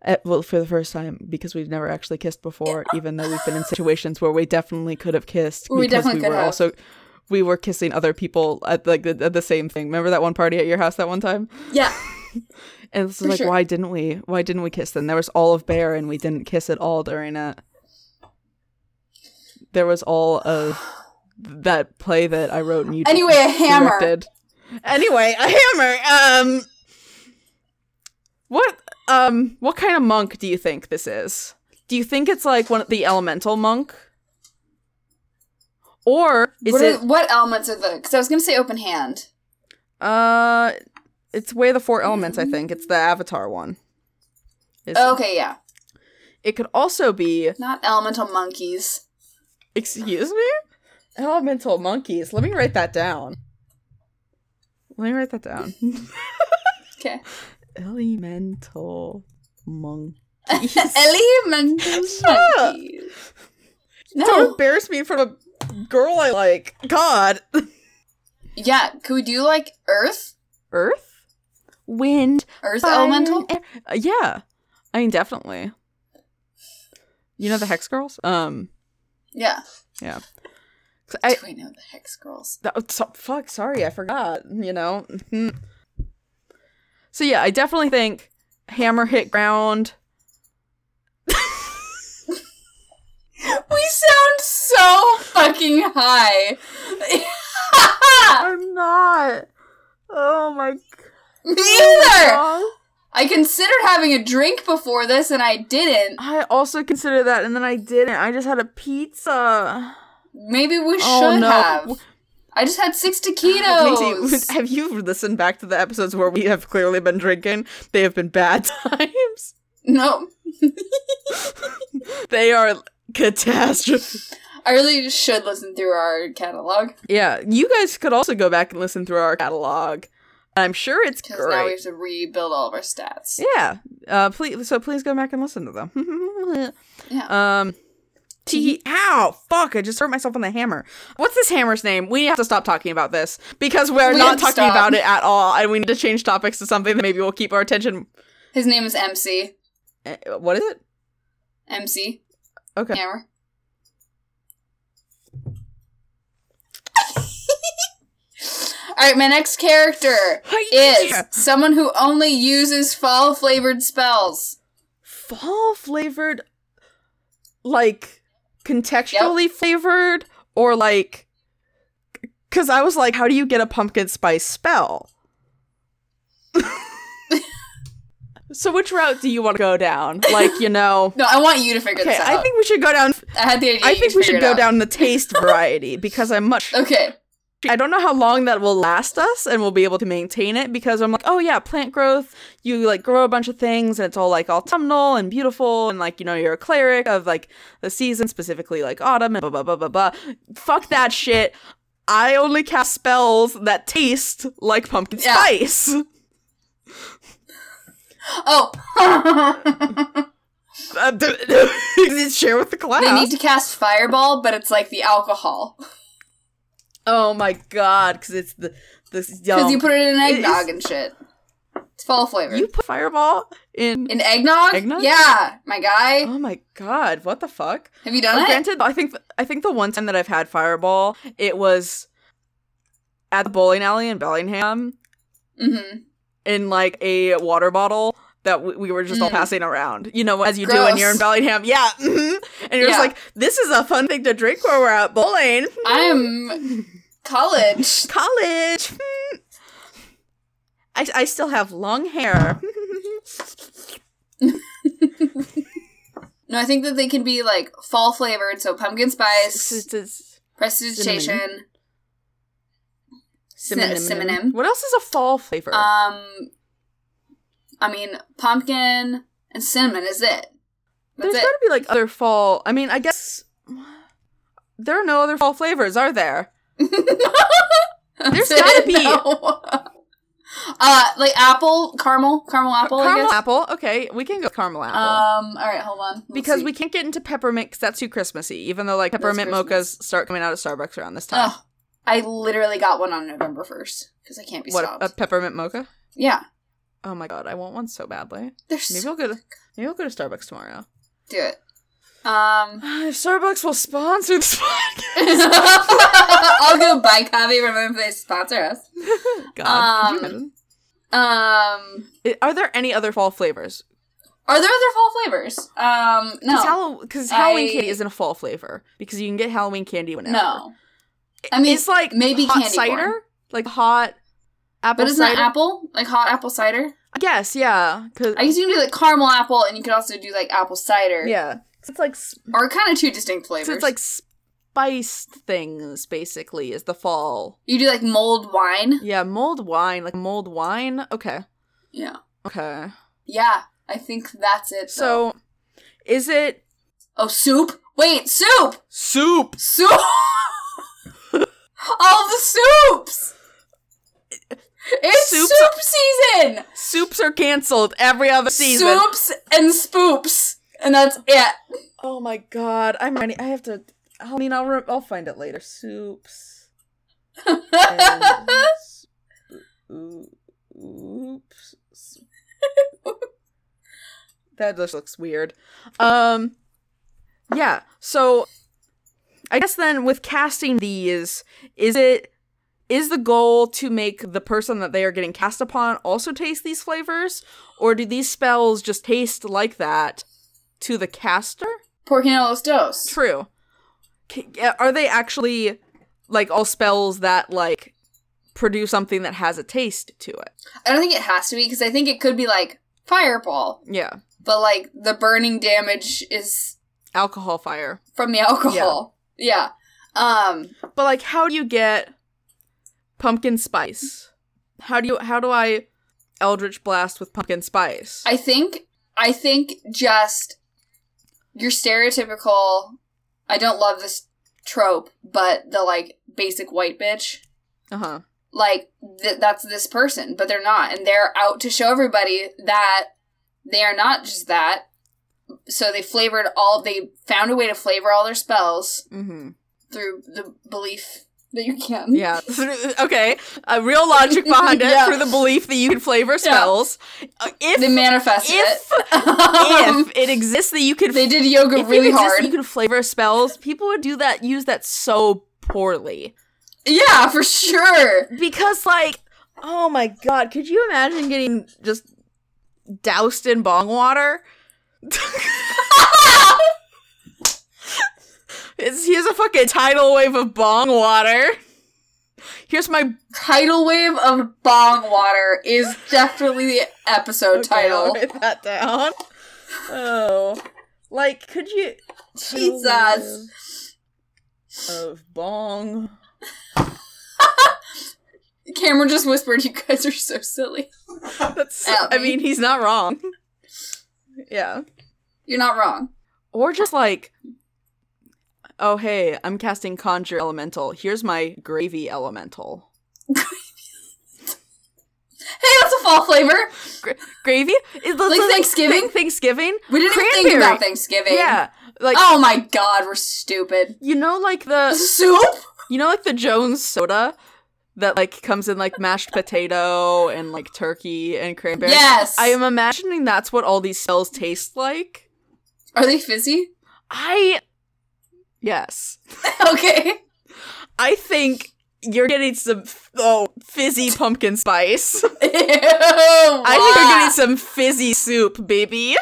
Speaker 2: Eh, well, for the first time, because we've never actually kissed before, even though we've been in situations where we definitely could have kissed.
Speaker 1: We
Speaker 2: because
Speaker 1: definitely could
Speaker 2: were
Speaker 1: have.
Speaker 2: also we were kissing other people at like the, at the same thing. Remember that one party at your house that one time?
Speaker 1: Yeah.
Speaker 2: and it's
Speaker 1: For
Speaker 2: like,
Speaker 1: sure.
Speaker 2: why didn't we? Why didn't we kiss then? There was all of Bear, and we didn't kiss at all during it. There was all of that play that I wrote and you
Speaker 1: Anyway, a hammer.
Speaker 2: directed. Anyway, a hammer. Um, what um what kind of monk do you think this is? Do you think it's like one of the elemental monk, or is
Speaker 1: what,
Speaker 2: it
Speaker 1: are, what elements are the? Because I was gonna say open hand.
Speaker 2: Uh, it's way the four elements. I think it's the Avatar one. Is-
Speaker 1: Okay, yeah,
Speaker 2: It could also be.
Speaker 1: not elemental monkeys.
Speaker 2: Excuse me. Elemental monkeys. Let me write that down. Let me write that down. (laughs)
Speaker 1: Okay,
Speaker 2: Elemental
Speaker 1: (laughs)
Speaker 2: monkeys.
Speaker 1: elemental
Speaker 2: up.
Speaker 1: monkeys.
Speaker 2: (laughs) Don't
Speaker 1: No,
Speaker 2: embarrass me from a girl I like. God. (laughs)
Speaker 1: yeah. Could we do like earth,
Speaker 2: Earth, wind,
Speaker 1: earth
Speaker 2: fire,
Speaker 1: elemental?
Speaker 2: air- Uh, yeah, I mean definitely. You know the Hex Girls. Um.
Speaker 1: Yeah.
Speaker 2: So I,
Speaker 1: do I know the hex girls?
Speaker 2: That, oh, so- fuck, sorry, I forgot. You know. Mhm. So yeah, I definitely think hammer hit ground.
Speaker 1: We sound so fucking high. (laughs)
Speaker 2: I'm not. Oh my
Speaker 1: Me either. I considered having a drink before this and I didn't.
Speaker 2: I also considered that, and then I didn't. I just had a pizza.
Speaker 1: Maybe we should
Speaker 2: Oh no!
Speaker 1: have. I just had six
Speaker 2: It makes
Speaker 1: taquitos.
Speaker 2: (laughs) you- have you listened back to the episodes where we have clearly been drinking? They have been bad (laughs) times.
Speaker 1: no,
Speaker 2: They are catastrophe.
Speaker 1: I really should listen through our catalog
Speaker 2: Yeah, you guys could also go back and listen through our catalog. I'm sure it's
Speaker 1: because now we
Speaker 2: great.
Speaker 1: have to rebuild all of our stats.
Speaker 2: Yeah. Uh, please. So please go back and listen to them. (laughs)
Speaker 1: Yeah.
Speaker 2: Um. T. Ow! Fuck! I just hurt myself on the hammer. What's this hammer's name? We have to stop talking about this because we're
Speaker 1: We
Speaker 2: not
Speaker 1: have to
Speaker 2: talking
Speaker 1: stop.
Speaker 2: about it at all, and we need to change topics to something that maybe will keep our attention.
Speaker 1: His name is MC.
Speaker 2: Eh, What is it?
Speaker 1: MC.
Speaker 2: Okay.
Speaker 1: Hammer. (laughs) All right, my next character is
Speaker 2: Yeah.
Speaker 1: someone who only uses fall flavored spells.
Speaker 2: fall flavored, like contextually flavored, or like. Because I was like, how do you get a pumpkin
Speaker 1: (laughs)
Speaker 2: spice spell? so, which route do you want to go down? Like, you know.
Speaker 1: No, I want you to (laughs) figure
Speaker 2: Okay,
Speaker 1: this out.
Speaker 2: I think we should go down.
Speaker 1: I had the idea.
Speaker 2: I
Speaker 1: you'd
Speaker 2: think
Speaker 1: figure
Speaker 2: we should
Speaker 1: it
Speaker 2: go
Speaker 1: out.
Speaker 2: down the taste variety because I'm
Speaker 1: (laughs)
Speaker 2: much.
Speaker 1: Okay.
Speaker 2: I don't know how long that will last us and we'll be able to maintain it because I'm like, oh yeah, plant growth, you like grow a bunch of things and it's all like autumnal and beautiful and like, you know, you're a cleric of like the season, specifically like autumn and blah blah blah blah blah. Fuck that shit. I only cast spells that taste like pumpkin
Speaker 1: Yeah.
Speaker 2: spice. (laughs)
Speaker 1: Oh.
Speaker 2: Uh, (laughs) d- Share with the class.
Speaker 1: (laughs) they need to cast fireball, but it's like the alcohol (laughs)
Speaker 2: oh my god, because it's the this
Speaker 1: because
Speaker 2: yum.
Speaker 1: you put it in
Speaker 2: It is-
Speaker 1: eggnog and shit. It's fall flavored.
Speaker 2: you put fireball in.
Speaker 1: in eggnog?
Speaker 2: Eggnog?
Speaker 1: Yeah, my guy.
Speaker 2: Oh my god, what the fuck?
Speaker 1: Have you done
Speaker 2: Uh,
Speaker 1: it?
Speaker 2: Granted, I think I think the one time that I've had Fireball, it was at the bowling alley in Bellingham
Speaker 1: mm-hmm.
Speaker 2: in like a water bottle that w- we were just all
Speaker 1: Mm.
Speaker 2: passing around. You know, as you do when you're in
Speaker 1: Gross.
Speaker 2: Bellingham. Yeah, (laughs) mhm. and you're just
Speaker 1: Yeah.
Speaker 2: like, this is a fun thing to drink while we're out bowling.
Speaker 1: I'm college.
Speaker 2: (laughs) College. (laughs) hmm. I I still have long hair. (laughs)
Speaker 1: No, I think that they can be like fall flavored, so pumpkin spice,
Speaker 2: It's- it's-
Speaker 1: prestidigitation, cinnamon. cinnamon.
Speaker 2: What else is a fall flavor?
Speaker 1: Um, I mean pumpkin and cinnamon is it?
Speaker 2: There's
Speaker 1: That's
Speaker 2: got to be like other fall. I mean, I guess there are no other fall flavors, are there?
Speaker 1: (laughs) it.
Speaker 2: there's gotta be-
Speaker 1: No. (laughs) Uh, like apple, caramel, caramel apple.
Speaker 2: caramel
Speaker 1: I guess.
Speaker 2: apple. Okay, we can go caramel apple.
Speaker 1: Um. All right, hold on. Let's
Speaker 2: because
Speaker 1: see.
Speaker 2: we can't get into peppermint because that's too Christmassy, even though like peppermint
Speaker 1: Christmas.
Speaker 2: mochas start coming out of Starbucks around this time.
Speaker 1: Ugh, I literally got one on November first because I can't be
Speaker 2: what,
Speaker 1: stopped.
Speaker 2: a peppermint mocha?
Speaker 1: yeah,
Speaker 2: Oh my god, I want one so badly.
Speaker 1: there's
Speaker 2: Maybe I'll go to maybe I'll go to Starbucks tomorrow. (sighs)
Speaker 1: do it. Um, (laughs)
Speaker 2: if Starbucks will sponsor this (laughs) podcast.
Speaker 1: (laughs) I'll go buy coffee. Remember if they sponsor us.
Speaker 2: God, could you
Speaker 1: Um,
Speaker 2: imagine?
Speaker 1: Um,
Speaker 2: I- Are there any other fall flavors?
Speaker 1: are there other fall flavors? Um,
Speaker 2: Because
Speaker 1: no, I-
Speaker 2: Halloween candy isn't a fall flavor because you can get Halloween candy whenever.
Speaker 1: no. I mean,
Speaker 2: it's like
Speaker 1: maybe
Speaker 2: hot
Speaker 1: candy
Speaker 2: cider,
Speaker 1: corn.
Speaker 2: like hot apple
Speaker 1: but isn't
Speaker 2: cider.
Speaker 1: that apple like hot apple cider?
Speaker 2: I guess, yeah. Cause
Speaker 1: I guess you can do like caramel apple, and you could also do like apple cider.
Speaker 2: yeah, 'Cause it's like s-
Speaker 1: or kind of two distinct flavors.
Speaker 2: 'cause it's like spiced things. Basically, is the fall.
Speaker 1: you do like mulled wine.
Speaker 2: Yeah, mulled wine, like mulled wine. Okay,
Speaker 1: Yeah,
Speaker 2: okay.
Speaker 1: yeah. I think that's it. though.
Speaker 2: So, is it
Speaker 1: oh, soup. Wait, soup.
Speaker 2: soup?
Speaker 1: soup. All the soups. It's
Speaker 2: Soups
Speaker 1: soup season.
Speaker 2: Soups are canceled every other season.
Speaker 1: Soups and spoops, and that's it.
Speaker 2: Oh my god, I'm ready. I have to. I mean, I'll re- I'll find it later. Soups.
Speaker 1: (laughs)
Speaker 2: and s- oo- oops. That just looks weird. Um, yeah. So, I guess then with casting these, is it is the goal to make the person that they are getting cast upon also taste these flavors, or do these spells just taste like that to the caster?
Speaker 1: Pork and Porcinelos dos.
Speaker 2: True. K- yeah, Are they actually like all spells that like produce something that has a taste to it?
Speaker 1: I don't think it has to be because I think it could be like fireball,
Speaker 2: Yeah.
Speaker 1: but like the burning damage is
Speaker 2: Alcohol fire.
Speaker 1: from the (laughs) alcohol. Yeah. Um.
Speaker 2: But like how do you get pumpkin spice? How do you how do I eldritch blast with pumpkin spice?
Speaker 1: I think I think just your stereotypical I don't love this trope, but the like basic white bitch.
Speaker 2: uh-huh.
Speaker 1: Like th- that's this person, but they're not and they're out to show everybody that they are not just that. So they flavored all they found a way to flavor all their spells
Speaker 2: Mhm.
Speaker 1: through the belief that you can.
Speaker 2: Yeah. (laughs) okay. Uh,
Speaker 1: (laughs)
Speaker 2: real logic behind it
Speaker 1: Yeah.
Speaker 2: through the belief that you can flavor spells. Uh, if
Speaker 1: They manifested
Speaker 2: if-
Speaker 1: it. (laughs) Um,
Speaker 2: if it exists that you
Speaker 1: (laughs)
Speaker 2: can
Speaker 1: they did yoga
Speaker 2: if
Speaker 1: really
Speaker 2: you could just-
Speaker 1: hard.
Speaker 2: you could flavor spells. People would do that, use that so poorly
Speaker 1: yeah, for sure.
Speaker 2: because, like, oh my god, could you imagine getting just doused in bong water? (laughs) It's, here's a fucking tidal wave of bong water. Here's (laughs) my
Speaker 1: Tidal Wave of Bong Water is definitely the episode title.
Speaker 2: write that down. Oh, like, could you?
Speaker 1: Jesus.
Speaker 2: Of bong.
Speaker 1: Cameron just whispered, You guys are so silly.
Speaker 2: (laughs) That's.
Speaker 1: At
Speaker 2: I
Speaker 1: me.
Speaker 2: mean, he's not wrong. (laughs) Yeah.
Speaker 1: You're not wrong.
Speaker 2: Or just like, oh hey, I'm casting conjure elemental. Here's my gravy elemental.
Speaker 1: Hey, that's a fall flavor.
Speaker 2: Gravy? It looks
Speaker 1: Like Thanksgiving?
Speaker 2: Thank- Thanksgiving.
Speaker 1: We didn't even think
Speaker 2: Cranberry.
Speaker 1: about Thanksgiving.
Speaker 2: Yeah. Like
Speaker 1: oh my god, we're stupid.
Speaker 2: you know,
Speaker 1: (laughs)
Speaker 2: like the
Speaker 1: Soup?
Speaker 2: you know, like the Jones soda that like comes in like mashed potato and like turkey and cranberry.
Speaker 1: Yes.
Speaker 2: I am imagining that's what all these cells taste like.
Speaker 1: Are they fizzy? (laughs)
Speaker 2: I. Yes.
Speaker 1: okay.
Speaker 2: I think you're getting some oh fizzy pumpkin spice. (laughs)
Speaker 1: Ew,
Speaker 2: I think you're
Speaker 1: (laughs)
Speaker 2: getting some fizzy soup, baby.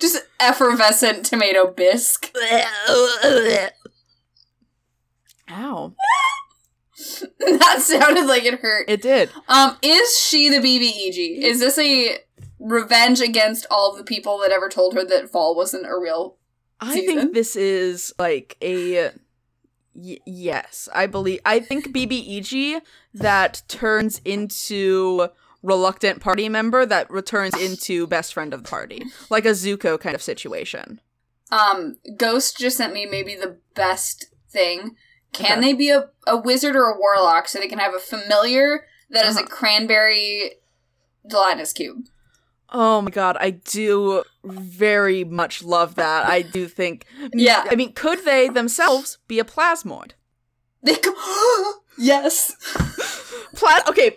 Speaker 1: Just effervescent tomato bisque. (laughs)
Speaker 2: Ow!
Speaker 1: that sounded like it hurt.
Speaker 2: It did.
Speaker 1: Um, is she the
Speaker 2: Mm-hmm.
Speaker 1: BBEG? Is this a revenge against all of the people that ever told her that fall wasn't a real?
Speaker 2: I
Speaker 1: Season?
Speaker 2: think this is like a y- yes. I believe. I think BBEG that turns into reluctant party member that returns into best friend of the party, like a Zuko kind of situation.
Speaker 1: Um, Ghost just sent me maybe the best thing. Can
Speaker 2: Okay.
Speaker 1: they be a, a wizard or a warlock so they can have a familiar that is
Speaker 2: Uh-huh.
Speaker 1: a cranberry gelatinous cube?
Speaker 2: Oh my god, I do very much love that. I do think.
Speaker 1: Yeah. (laughs)
Speaker 2: I mean, could they themselves be a plasmoid?
Speaker 1: They go, (gasps) yes.
Speaker 2: Pla- okay.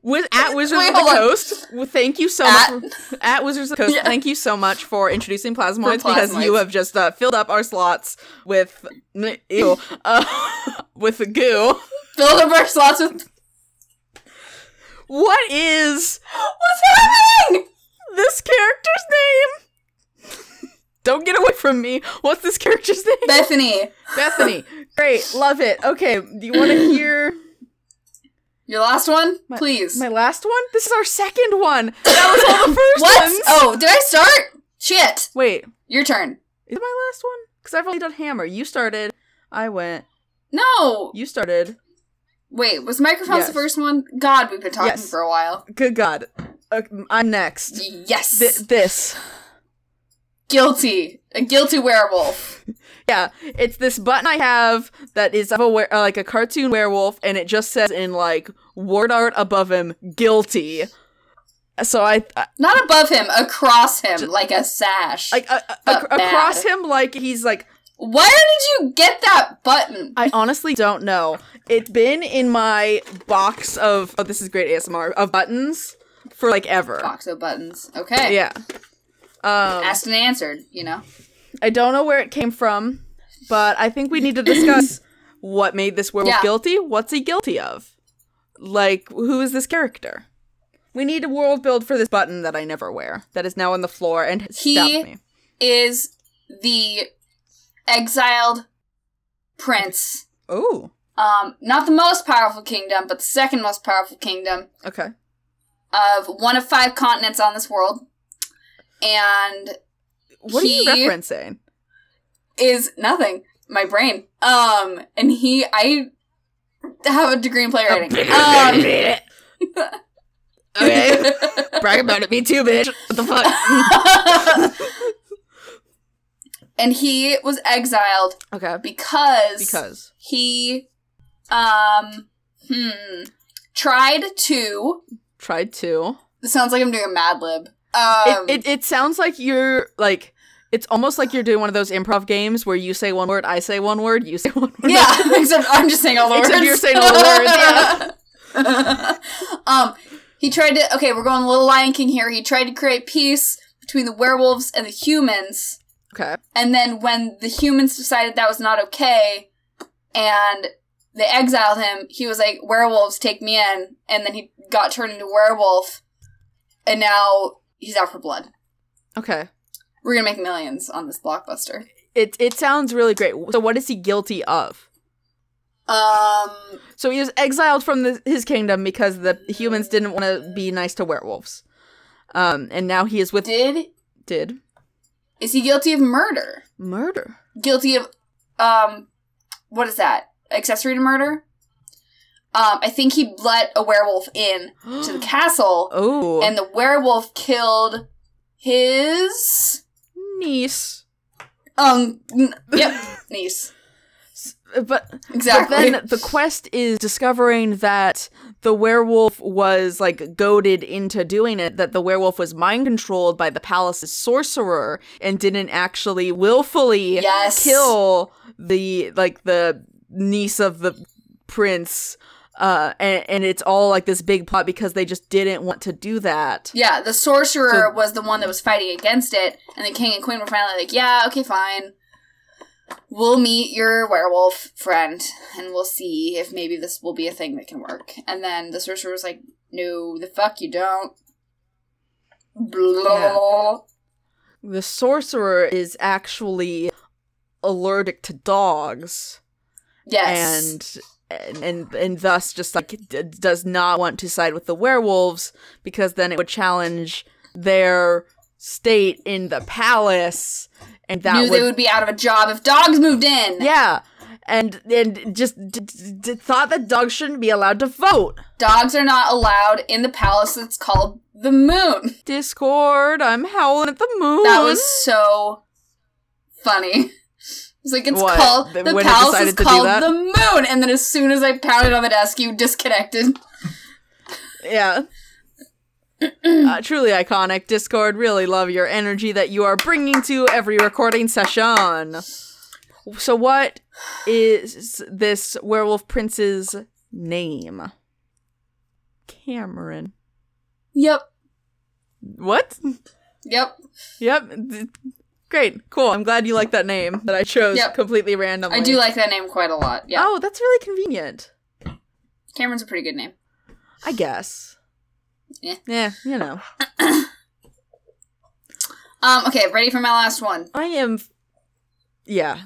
Speaker 2: With at Wizards
Speaker 1: Wait,
Speaker 2: of the
Speaker 1: hold on.
Speaker 2: Coast, well, thank you so
Speaker 1: At-
Speaker 2: much. For, at Wizards of the Coast,
Speaker 1: Yeah.
Speaker 2: thank you so much for introducing plasmoids,
Speaker 1: For
Speaker 2: because you
Speaker 1: plasmoids.
Speaker 2: have just uh, filled up our slots with ew, uh, (laughs) with goo.
Speaker 1: Fill the burst slots with
Speaker 2: What is
Speaker 1: What's happening?
Speaker 2: (laughs) this character's name? (laughs) Don't get away from me. What's this character's name?
Speaker 1: Bethany,
Speaker 2: Bethany. Great. Love it. Okay. Do you want to hear
Speaker 1: your last one,
Speaker 2: My-
Speaker 1: please. (laughs)
Speaker 2: my last one? This is our second one. That was all the (laughs) first
Speaker 1: what?
Speaker 2: ones.
Speaker 1: Oh, did I start? Shit.
Speaker 2: Wait.
Speaker 1: Your turn.
Speaker 2: Is it my last one? Because I've only done Hammer. You started. I went.
Speaker 1: No.
Speaker 2: You started.
Speaker 1: Wait, was microphones
Speaker 2: Yes.
Speaker 1: the first one? God, we've been talking
Speaker 2: Yes.
Speaker 1: for a while.
Speaker 2: Good God. Okay, I'm next.
Speaker 1: Y- Yes.
Speaker 2: Th- this.
Speaker 1: guilty. A guilty werewolf.
Speaker 2: Yeah, it's this button I have that is of a were- uh, like a cartoon werewolf, and it just says in like word art above him, guilty. So I, I
Speaker 1: Not above him, across him, like a sash.
Speaker 2: like uh, uh,
Speaker 1: But
Speaker 2: ac- across
Speaker 1: bad.
Speaker 2: him, like he's like
Speaker 1: Where did you get that button?
Speaker 2: I honestly don't know. It's been in my box of oh, this is great ASMR of buttons for like ever.
Speaker 1: Box of buttons. Okay.
Speaker 2: Yeah. Um,
Speaker 1: Asked and answered, you know?
Speaker 2: I don't know where it came from, but I think we need
Speaker 1: (coughs)
Speaker 2: to discuss what made this werewolf
Speaker 1: Yeah.
Speaker 2: guilty. What's he guilty of? Like, who is this character? We need a world build for this button that I never wear. That is now on the floor and has
Speaker 1: He-
Speaker 2: stabbed me.
Speaker 1: Is the exiled prince.
Speaker 2: Oh,
Speaker 1: Um, not the most powerful kingdom, but the second most powerful kingdom
Speaker 2: okay.
Speaker 1: of one of five continents on this world. And
Speaker 2: What
Speaker 1: He-
Speaker 2: are you referencing?
Speaker 1: is nothing. My brain. Um, and he, I have a degree in playwriting. Um,
Speaker 2: Oh. (laughs)
Speaker 1: (laughs)
Speaker 2: okay, brag about it, me too, bitch. What the (laughs) fuck?
Speaker 1: and he was exiled
Speaker 2: okay,
Speaker 1: because
Speaker 2: because
Speaker 1: he, um, hmm, tried to.
Speaker 2: tried to.
Speaker 1: This sounds like I'm doing a Mad Lib. Um,
Speaker 2: it, it it sounds like you're like. It's almost like you're doing one of those improv games where you say one word, I say one word, you say (laughs) one word.
Speaker 1: yeah, (laughs) except I'm just saying all the words.
Speaker 2: Except you're saying all the words, yeah.
Speaker 1: (laughs) um, he tried to. Okay, we're going Little Lion King here. He tried to create peace between the werewolves and the humans.
Speaker 2: Okay.
Speaker 1: And then when the humans decided that was not okay and they exiled him, he was like, Werewolves, take me in. And then he got turned into a werewolf. And now he's out for blood.
Speaker 2: Okay.
Speaker 1: We're going to make millions on this blockbuster.
Speaker 2: It it sounds really great. So what is he guilty of?
Speaker 1: Um,
Speaker 2: So he was exiled from the, his kingdom because the humans didn't want to be nice to werewolves. Um, and now he is with
Speaker 1: did.
Speaker 2: did
Speaker 1: Is he guilty of murder?
Speaker 2: murder.
Speaker 1: Guilty of. Um, what is that? Accessory to murder? Um, I think he let a werewolf in (gasps) to
Speaker 2: (gasps)
Speaker 1: the castle,
Speaker 2: oh,
Speaker 1: and the werewolf killed his.
Speaker 2: niece.
Speaker 1: Um. n-
Speaker 2: (laughs)
Speaker 1: Yep. niece.
Speaker 2: But, but
Speaker 1: Exactly.
Speaker 2: then the quest is discovering that the werewolf was like goaded into doing it. That the werewolf was mind controlled by the palace's sorcerer and didn't actually willfully
Speaker 1: yes.
Speaker 2: kill the like the niece of the prince uh and, and it's all like this big plot because they just didn't want to do that
Speaker 1: Yeah, the sorcerer
Speaker 2: So-
Speaker 1: was the one that was fighting against it, and the king and queen were finally like, "Yeah, okay, fine. We'll meet your werewolf friend, and we'll see if maybe this will be a thing that can work." And then the sorcerer was like, "No, the fuck you don't." Blah.
Speaker 2: the sorcerer is actually allergic to dogs
Speaker 1: Yes.
Speaker 2: and and and and thus just like d- does not want to side with the werewolves because then it would challenge their state in the palace and that
Speaker 1: knew
Speaker 2: would
Speaker 1: they would be out of a job if dogs moved in.
Speaker 2: Yeah, and and just d- d- d- thought that dogs shouldn't be allowed to vote.
Speaker 1: Dogs are not allowed in the palace that's called the moon.
Speaker 2: Discord, I'm howling at the moon.
Speaker 1: That was so funny. It's like it's
Speaker 2: What?
Speaker 1: called the
Speaker 2: Th- when it
Speaker 1: palace
Speaker 2: decided
Speaker 1: is
Speaker 2: to do
Speaker 1: called
Speaker 2: that?
Speaker 1: the moon, and then as soon as I pounded on the desk, you disconnected.
Speaker 2: yeah. Uh, truly iconic. Discord, really love your energy that you are bringing to every recording session. So, what is this werewolf prince's name? Cameron.
Speaker 1: Yep,
Speaker 2: What?
Speaker 1: yep.
Speaker 2: Oh Yep. D- Great. Cool. I'm glad you like that name that I chose
Speaker 1: Yep.
Speaker 2: completely randomly.
Speaker 1: I do like that name quite a lot. Yeah,
Speaker 2: Oh, that's really convenient.
Speaker 1: Cameron's a pretty good name.
Speaker 2: I guess.
Speaker 1: Yeah.
Speaker 2: Yeah, you know.
Speaker 1: Um, okay, ready for my last one.
Speaker 2: I am. Yeah,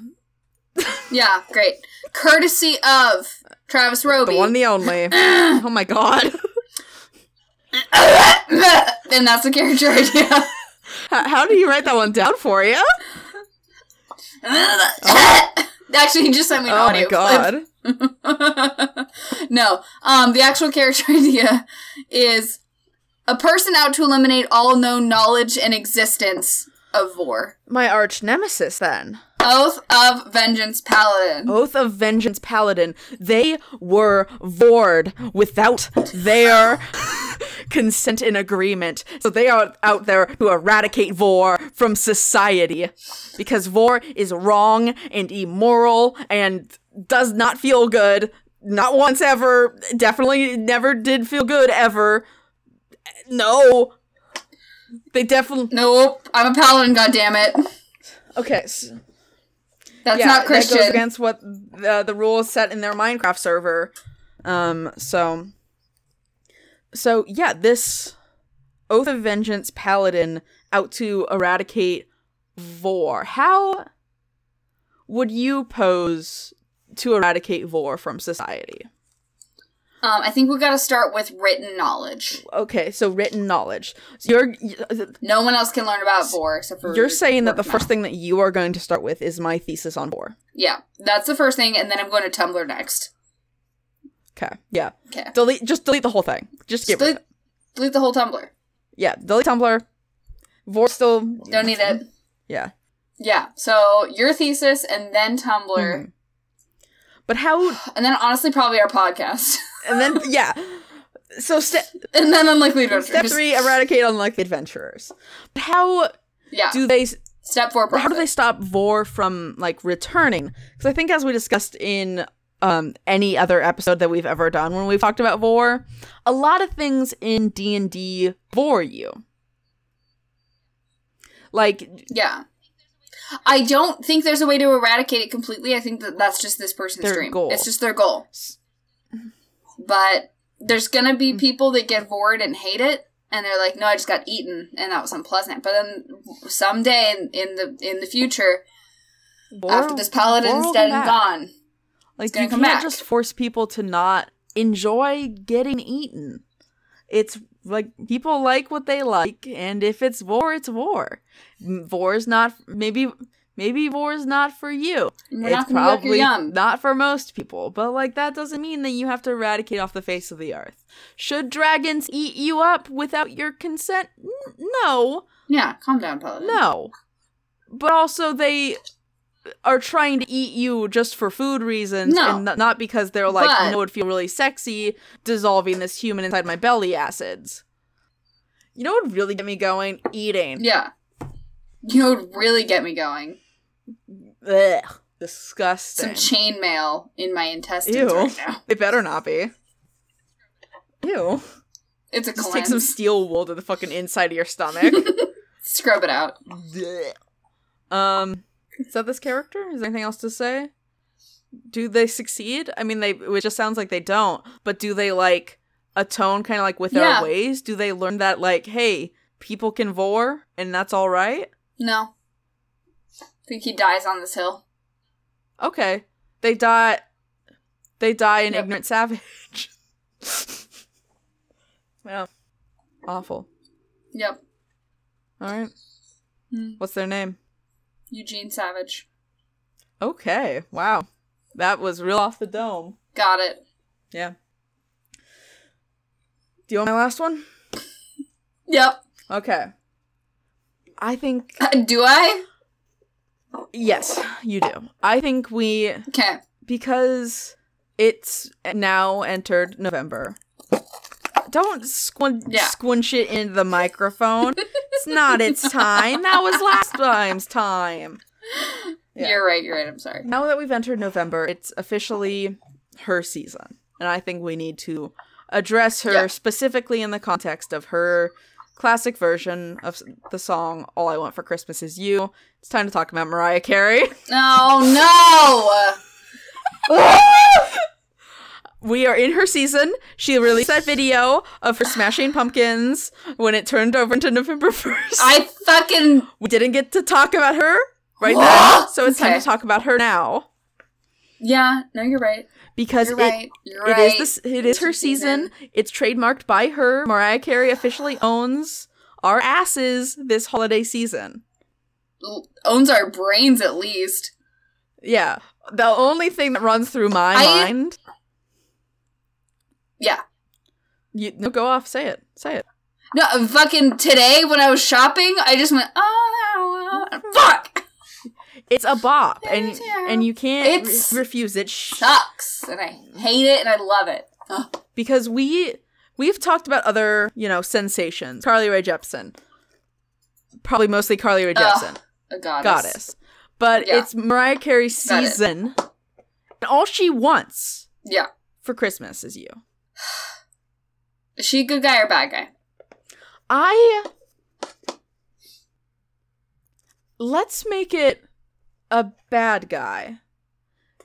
Speaker 1: Yeah, great. Courtesy of Travis Roby. (laughs)
Speaker 2: the one, the only. oh my god.
Speaker 1: and that's the character idea. (laughs)
Speaker 2: How, how do you write that one down for you?
Speaker 1: Actually, he just sent me an
Speaker 2: Oh
Speaker 1: audio
Speaker 2: my
Speaker 1: clip.
Speaker 2: god.
Speaker 1: no. Um, the actual character (laughs) idea is a person out to eliminate all known knowledge and existence of Vor.
Speaker 2: My arch nemesis, then.
Speaker 1: Oath of Vengeance Paladin.
Speaker 2: Oath of Vengeance Paladin. They were vored without their (laughs) consent and agreement. So they are out there to eradicate Vor from society. Because Vor is wrong and immoral and does not feel good. Not once ever. Definitely never did feel good ever. No. They definitely.
Speaker 1: Nope. I'm a paladin, goddammit.
Speaker 2: Okay. So-
Speaker 1: That's
Speaker 2: yeah,
Speaker 1: not Christian.
Speaker 2: That goes against what the, the rules set in their Minecraft server. Um, so, so yeah, this Oath of Vengeance paladin out to eradicate Vor. How would you pose to eradicate Vor from society?
Speaker 1: um, I think we gotta start with written knowledge.
Speaker 2: Okay, so written knowledge. So you're
Speaker 1: No one else can learn about Vor except for
Speaker 2: you're saying that the
Speaker 1: Vorkman.
Speaker 2: first thing that you are going to start with is my thesis on Vor.
Speaker 1: Yeah, that's the first thing, and then I'm going to Tumblr next.
Speaker 2: Okay, yeah.
Speaker 1: Okay.
Speaker 2: Delete just delete the whole thing. Just get rid of
Speaker 1: Delete,
Speaker 2: it.
Speaker 1: delete the whole Tumblr.
Speaker 2: Yeah, delete Tumblr. Vor still
Speaker 1: Don't need
Speaker 2: Mm-hmm.
Speaker 1: it.
Speaker 2: Yeah.
Speaker 1: Yeah. So your thesis, and then Tumblr,
Speaker 2: Mhm. But how
Speaker 1: and then honestly, probably our podcast, (laughs)
Speaker 2: and then yeah. So step
Speaker 1: and then unlikely adventure.
Speaker 2: step
Speaker 1: Just-
Speaker 2: three, eradicate unlucky adventurers. But how
Speaker 1: Yeah.
Speaker 2: do they
Speaker 1: step four.
Speaker 2: how do
Speaker 1: Profit.
Speaker 2: they stop Vor from like returning? Because I think as we discussed in um, any other episode that we've ever done when we've talked about Vor, a lot of things in D and D Vor you. Like
Speaker 1: Yeah. I don't think there's a way to eradicate it completely. I think that that's just this person's
Speaker 2: Their
Speaker 1: dream.
Speaker 2: goal.
Speaker 1: It's just their goal.
Speaker 2: S- Mm-hmm.
Speaker 1: But there's gonna be people that get bored and hate it, and they're like, "No, I just got eaten, and that was unpleasant." But then someday in, in the in the future,
Speaker 2: Vor,
Speaker 1: after this paladin's
Speaker 2: Vor will
Speaker 1: dead
Speaker 2: come
Speaker 1: and
Speaker 2: back.
Speaker 1: gone,
Speaker 2: Like
Speaker 1: gonna
Speaker 2: you
Speaker 1: come
Speaker 2: can't
Speaker 1: back.
Speaker 2: just force people to not enjoy getting eaten. It's like people like what they like, and if it's vor, it's vor. M- Vor's not maybe maybe vor's not for you.
Speaker 1: we're not gonna be like
Speaker 2: it's
Speaker 1: you're
Speaker 2: probably
Speaker 1: young.
Speaker 2: not for most people, but like that doesn't mean that you have to eradicate off the face of the earth. Should dragons eat you up without your consent? N- No.
Speaker 1: yeah, calm down, paladin.
Speaker 2: No. But also they are trying to eat you just for food reasons
Speaker 1: No.
Speaker 2: and n- not because they're like,
Speaker 1: But-
Speaker 2: you know, it'd feel really sexy dissolving this human inside my belly acids. You know what would really get me going? Eating.
Speaker 1: Yeah, you know, what would really get me going.
Speaker 2: Ugh.
Speaker 1: Some
Speaker 2: Disgusting.
Speaker 1: chainmail in my intestines
Speaker 2: Ew.
Speaker 1: right now.
Speaker 2: it better not be. Ew.
Speaker 1: It's a
Speaker 2: Just
Speaker 1: cleanse.
Speaker 2: take some steel wool to the fucking inside of your stomach.
Speaker 1: (laughs) Scrub it out.
Speaker 2: Blech. um is that this character is there anything else to say do they succeed i mean they it just sounds like they don't but do they like atone kind of like with
Speaker 1: Yeah.
Speaker 2: their ways do they learn that like hey people can vor and that's all right
Speaker 1: No. think he dies on this hill.
Speaker 2: okay they die they die an
Speaker 1: Yep.
Speaker 2: ignorant savage (laughs) yeah awful
Speaker 1: Yep.
Speaker 2: all right
Speaker 1: Hmm.
Speaker 2: what's their name
Speaker 1: Eugene Savage.
Speaker 2: okay wow that was real off the dome
Speaker 1: Got it.
Speaker 2: Yeah. Do you want my last one?
Speaker 1: Yep. Uh,
Speaker 2: Okay. I think
Speaker 1: Do I?
Speaker 2: yes, you do. I think we
Speaker 1: Okay.
Speaker 2: because it's now entered November. Don't squin-
Speaker 1: Yeah.
Speaker 2: squinch it into the microphone. it's not its time. That was last time's time. Yeah.
Speaker 1: You're right. You're right. I'm sorry.
Speaker 2: Now that we've entered November, it's officially her season. And I think we need to address her
Speaker 1: Yeah.
Speaker 2: specifically in the context of her classic version of s- the song All I Want for Christmas Is You. It's time to talk about Mariah Carey.
Speaker 1: Oh, no.
Speaker 2: (laughs) we are in her season. She released that video of her smashing pumpkins when it turned over into November (laughs) 1st.
Speaker 1: I fucking
Speaker 2: we didn't get to talk about her right
Speaker 1: What?
Speaker 2: then, so it's time
Speaker 1: Okay.
Speaker 2: to talk about her now
Speaker 1: yeah. No, you're right.
Speaker 2: because
Speaker 1: You're
Speaker 2: it-
Speaker 1: right. You're right.
Speaker 2: it is this it is
Speaker 1: It's
Speaker 2: her
Speaker 1: her
Speaker 2: season. It's trademarked by her. Mariah Carey officially owns our asses this holiday season.
Speaker 1: L- owns our brains at least.
Speaker 2: Yeah. The only thing that runs through my
Speaker 1: I-
Speaker 2: mind
Speaker 1: Yeah.
Speaker 2: you no go off, say it. Say it.
Speaker 1: No, fucking today when I was shopping, I just went, oh, fuck,
Speaker 2: It's a bop and
Speaker 1: Yeah.
Speaker 2: and you can't re-
Speaker 1: It's-
Speaker 2: refuse it Shh.
Speaker 1: sucks, and I hate it and I love it. Ugh.
Speaker 2: because we we've talked about other, you know, sensations. Carly Rae Jepsen. Probably mostly Carly Rae
Speaker 1: Ugh.
Speaker 2: Jepsen.
Speaker 1: A goddess.
Speaker 2: goddess. But
Speaker 1: Yeah.
Speaker 2: it's Mariah Carey's
Speaker 1: Got it.
Speaker 2: season. And all she wants
Speaker 1: Yeah.
Speaker 2: for Christmas is you.
Speaker 1: Is she a good guy or bad guy?
Speaker 2: I let's make it a bad guy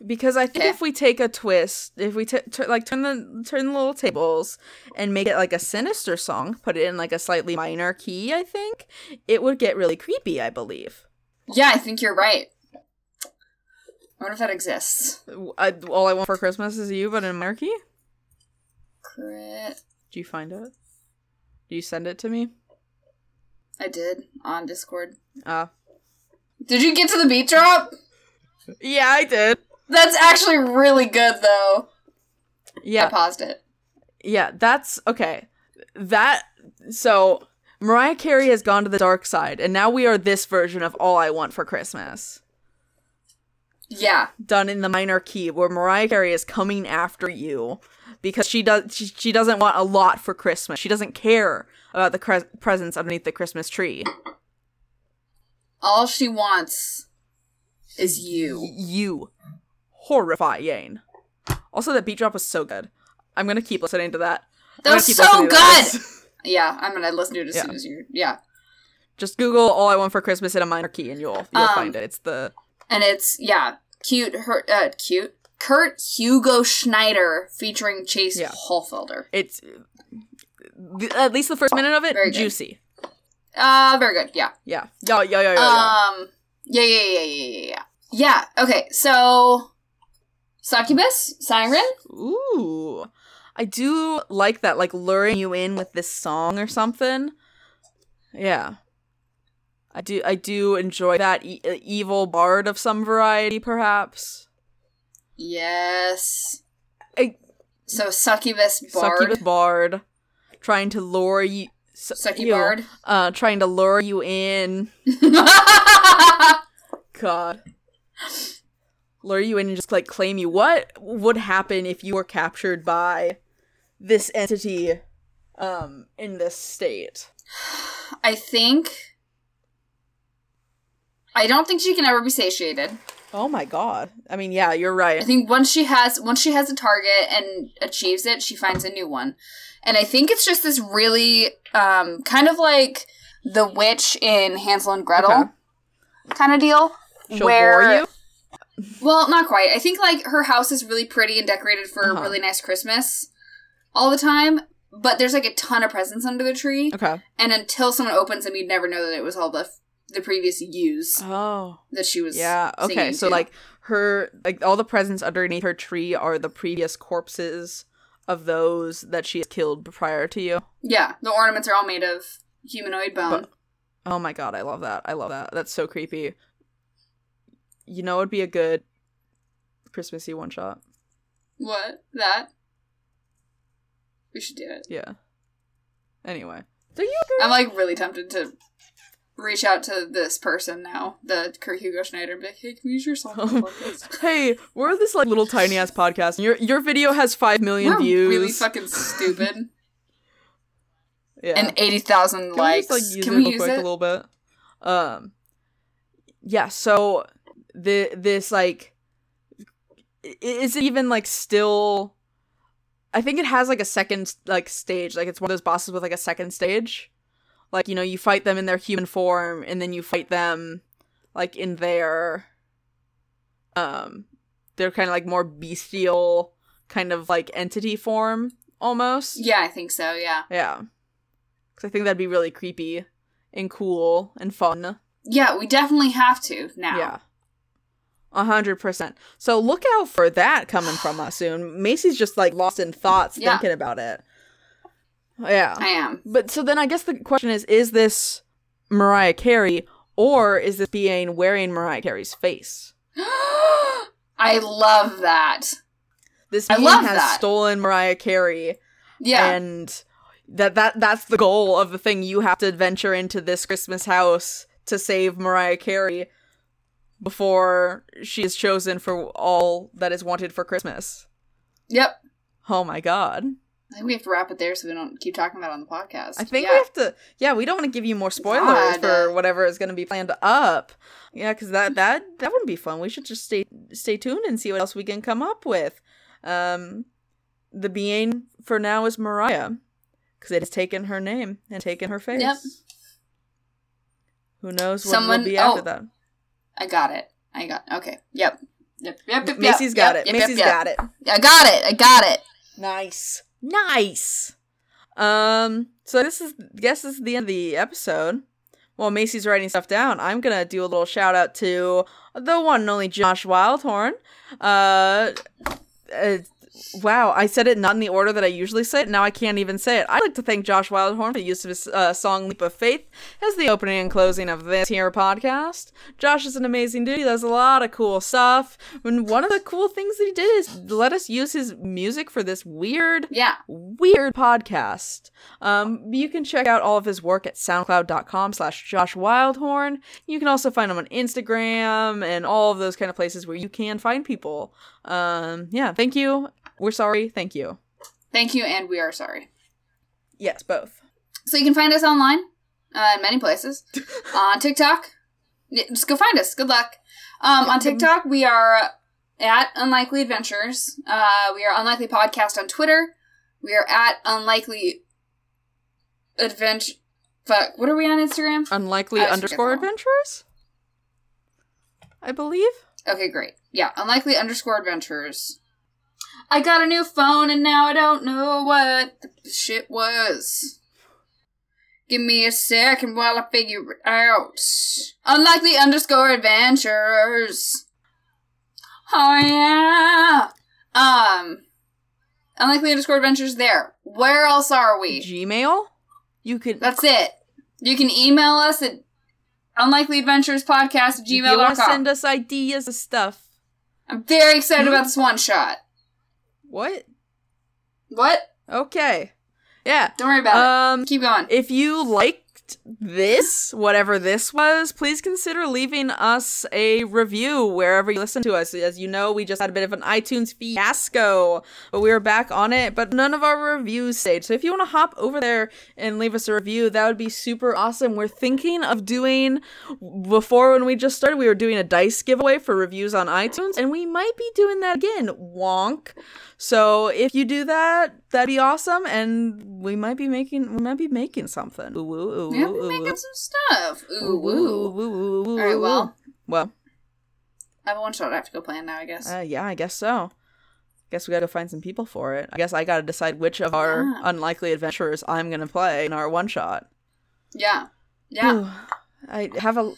Speaker 2: because I think
Speaker 1: Okay.
Speaker 2: if we take a twist, if we t- tur- like turn the turn the little tables and make it like a sinister song, put it in like a slightly minor key, I think it would get really creepy. I believe.
Speaker 1: Yeah, I think you're right. I wonder if that exists.
Speaker 2: I, all I want for Christmas is you, but in a minor key.
Speaker 1: Crit.
Speaker 2: Do you find it? Do you send it to me?
Speaker 1: I did on Discord.
Speaker 2: Uh,
Speaker 1: Did you get to the beat drop?
Speaker 2: yeah, I did.
Speaker 1: That's actually really good though. I
Speaker 2: Yeah,
Speaker 1: paused it.
Speaker 2: Yeah, that's okay. That so Mariah Carey has gone to the dark side, and now we are this version of All I Want for Christmas,
Speaker 1: Yeah.
Speaker 2: done in the minor key, where Mariah Carey is coming after you because she does she, she doesn't want a lot for Christmas. She doesn't care about the cres- presents underneath the Christmas tree.
Speaker 1: All she wants is you.
Speaker 2: You horrifying. Also, that beat drop was so good. I'm gonna keep listening to that. I'm
Speaker 1: That
Speaker 2: gonna
Speaker 1: was
Speaker 2: keep
Speaker 1: so
Speaker 2: listening to
Speaker 1: good!
Speaker 2: this.
Speaker 1: Yeah, I'm gonna listen to it as
Speaker 2: Yeah.
Speaker 1: soon as you're yeah.
Speaker 2: (laughs) Just Google "All I Want for Christmas" in a minor key, and you'll you'll
Speaker 1: Um,
Speaker 2: find it. It's the
Speaker 1: and it's yeah, cute. Her uh, cute. Kurt Hugo Schneider featuring Chase
Speaker 2: Yeah.
Speaker 1: Hallfelder.
Speaker 2: it's th- at least the first minute of it
Speaker 1: Very good.
Speaker 2: juicy.
Speaker 1: Uh, very good. Yeah.
Speaker 2: Oh, Yeah, yo yo yo yo. yo.
Speaker 1: Um. Yeah. Yeah. Yeah. Yeah. Yeah. Yeah. Yeah. Okay. So, succubus siren.
Speaker 2: Ooh, I do like that, like luring you in with this song or something. Yeah, I do. I do enjoy that e- uh, evil bard of some variety, perhaps.
Speaker 1: Yes.
Speaker 2: I-
Speaker 1: so succubus bard.
Speaker 2: Succubus bard, trying to lure you. su-
Speaker 1: Sucky
Speaker 2: ew.
Speaker 1: bard. (laughs)
Speaker 2: Uh, trying to lure you in. God. Lure you in and just like claim you. What would happen if you were captured by this entity um in this state?
Speaker 1: I think. I don't think she can ever be satiated.
Speaker 2: Oh my god. I mean, yeah, you're
Speaker 1: I
Speaker 2: right.
Speaker 1: think once she has once she has a target and achieves it, she finds a new one. And I think it's just this really um, kind of like the witch in Hansel and Gretel
Speaker 2: Okay.
Speaker 1: kind of deal.
Speaker 2: She'll
Speaker 1: where-
Speaker 2: lure you.
Speaker 1: Well, not quite. I think like her house is really pretty and decorated for
Speaker 2: Uh-huh.
Speaker 1: a really nice Christmas all the time, but there's like a ton of presents under the tree.
Speaker 2: Okay.
Speaker 1: And until someone opens them, you'd never know that it was all the f- the previous use
Speaker 2: Oh.
Speaker 1: that she was.
Speaker 2: Yeah. Okay.
Speaker 1: singing
Speaker 2: So
Speaker 1: to.
Speaker 2: like her like all the presents underneath her tree are the previous corpses of those that she has killed prior to you.
Speaker 1: yeah, the ornaments are all made of humanoid bone.
Speaker 2: But- Oh my god, I love that. I love that. That's so creepy. You know it would be a good Christmassy one shot.
Speaker 1: What? That? We should do it.
Speaker 2: Yeah. Anyway. Um, Do you
Speaker 1: I'm like really tempted to reach out to this person now, the Kurt Hugo Schneider, and be like, hey, can we use your song? on the
Speaker 2: (laughs)
Speaker 1: podcast?"
Speaker 2: Hey, we're this like little tiny ass podcast and your your video has five million
Speaker 1: We're
Speaker 2: views.
Speaker 1: really
Speaker 2: (laughs)
Speaker 1: fucking stupid.
Speaker 2: yeah.
Speaker 1: And 80,000
Speaker 2: Can we
Speaker 1: likes.
Speaker 2: just like use
Speaker 1: can
Speaker 2: it
Speaker 1: we
Speaker 2: real
Speaker 1: use
Speaker 2: quick a
Speaker 1: it?
Speaker 2: little bit? Um Yeah, so the this like i- is it even like still I think it has like a second like stage. Like it's one of those bosses with like a second stage. Like, you know, you fight them in their human form and then you fight them like in their um they're kind of like more bestial kind of like entity form almost.
Speaker 1: Yeah, I think so. Yeah.
Speaker 2: Yeah. Because I think that'd be really creepy and cool and fun.
Speaker 1: Yeah, we definitely have to now.
Speaker 2: Yeah. A hundred percent. So look out for that coming from us soon. Macy's just like lost in thoughts
Speaker 1: Yeah.
Speaker 2: thinking about it. Yeah.
Speaker 1: I am. (gasps)
Speaker 2: But so then I guess the question is is this Mariah Carey or is this being wearing Mariah Carey's face?
Speaker 1: I love that.
Speaker 2: This
Speaker 1: I
Speaker 2: being
Speaker 1: love
Speaker 2: has
Speaker 1: that.
Speaker 2: stolen Mariah Carey
Speaker 1: Yeah.
Speaker 2: and that that that's the goal of the thing you have to adventure into this Christmas house to save Mariah Carey before she is chosen for all that is wanted for Christmas.
Speaker 1: yep.
Speaker 2: Oh my god.
Speaker 1: I think we have to wrap it there so we don't keep talking about it on the podcast.
Speaker 2: I think
Speaker 1: yeah.
Speaker 2: we have to. Yeah, we don't want to give you more spoilers
Speaker 1: God.
Speaker 2: for whatever is going to be planned up. Yeah, because that that that wouldn't be fun. We should just stay stay tuned and see what else we can come up with. Um, the being for now is Mariah, because it has taken her name and taken her face.
Speaker 1: Yep.
Speaker 2: Who knows what
Speaker 1: Someone-
Speaker 2: will be after
Speaker 1: oh,
Speaker 2: that?
Speaker 1: I got it. I got. Okay. Yep. Yep. Yep. yep yep,
Speaker 2: Macy's got
Speaker 1: yep,
Speaker 2: it.
Speaker 1: Yep,
Speaker 2: Macy's
Speaker 1: yep,
Speaker 2: got it.
Speaker 1: I got it. I got it.
Speaker 2: Nice. Nice. Um, so this is guess this is the end of the episode. While Macy's writing stuff down, I'm gonna do a little shout out to the one and only Josh Wildhorn. Uh, uh wow, I said it not in the order that I usually say it. Now I can't even say it. I'd like to thank Josh Wildhorn for the use of his uh, song "Leap of Faith" as the opening and closing of this here podcast. Josh is an amazing dude. He does a lot of cool stuff. And one of the cool things that he did is let us use his music for this weird
Speaker 1: Yeah.
Speaker 2: weird podcast um, you can check out all of his work at soundcloud.com slash josh wildhorn you can also find him on instagram and all of those kind of places where you can find people um, yeah thank you we're sorry thank you
Speaker 1: Thank you, and we are sorry.
Speaker 2: yes both
Speaker 1: So you can find us online uh, in many
Speaker 2: (laughs)
Speaker 1: places on TikTok. Yeah, Just go find us. Good luck. Um, on TikTok, we are at Unlikely Adventures. Uh, we are Unlikely Podcast on Twitter. We are at Unlikely Adventure. Fuck, what are we on Instagram?
Speaker 2: unlikely
Speaker 1: I should get
Speaker 2: underscore
Speaker 1: that one.
Speaker 2: adventurers i believe
Speaker 1: Okay, great. Yeah, Unlikely underscore Adventures. I got a new phone and now I don't know what the shit was. Give me a second while I figure it out. Unlikely underscore adventures. Oh yeah. Um. Unlikely underscore adventures. There. Where else are we?
Speaker 2: gmail you could
Speaker 1: That's it. You can email us at unlikelyadventurespodcast at
Speaker 2: if you wanna
Speaker 1: gmail.com.
Speaker 2: send us ideas of stuff
Speaker 1: I'm very excited about this one shot.
Speaker 2: what
Speaker 1: What?
Speaker 2: okay yeah
Speaker 1: Don't worry about
Speaker 2: um
Speaker 1: it. Keep going.
Speaker 2: If you liked this, whatever this was, please consider leaving us a review wherever you listen to us. As you know, we just had a bit of an iTunes fiasco, but we are back on it. But none of our reviews stayed. So if you want to hop over there and leave us a review, that would be super awesome. We're thinking of doing before when we just started, we were doing a dice giveaway for reviews on iTunes, and we might be doing that again. Wonk. So if you do that, that'd be awesome, and we might be making we might be making something. Ooh, ooh, ooh,
Speaker 1: Yeah,
Speaker 2: ooh,
Speaker 1: we're making
Speaker 2: ooh,
Speaker 1: some stuff. Ooh,
Speaker 2: ooh,
Speaker 1: woo.
Speaker 2: ooh, ooh, ooh, ooh,
Speaker 1: All right,
Speaker 2: ooh,
Speaker 1: well.
Speaker 2: ooh. well,
Speaker 1: I have a one shot I have to go plan now, I guess.
Speaker 2: uh, yeah, I guess so. Guess we gotta go find some people for it. I guess I gotta decide which of our
Speaker 1: Yeah.
Speaker 2: unlikely adventurers I'm gonna play in our one shot.
Speaker 1: yeah. Yeah.
Speaker 2: Ooh, I have a.
Speaker 1: All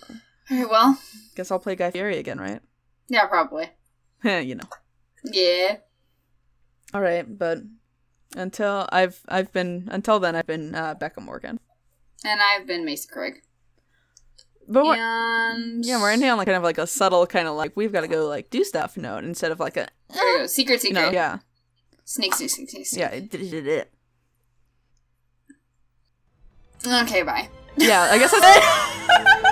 Speaker 1: right, well.
Speaker 2: Guess I'll play Guy Fieri again, right? (laughs)
Speaker 1: Yeah, probably.
Speaker 2: you know.
Speaker 1: Yeah.
Speaker 2: All right, but until I've I've been until then I've been uh, Becca Morgan.
Speaker 1: And I've been Macy Craig.
Speaker 2: But we're,
Speaker 1: and
Speaker 2: yeah, we're ending on like kind of like a subtle kind of like we've got to go like do stuff note instead of like a
Speaker 1: There you go. Secret, secret.
Speaker 2: no yeah
Speaker 1: Sneak, sneak, sneak, sneak, sneak.
Speaker 2: yeah it- it- it- it.
Speaker 1: Okay, bye.
Speaker 2: yeah I guess that's it.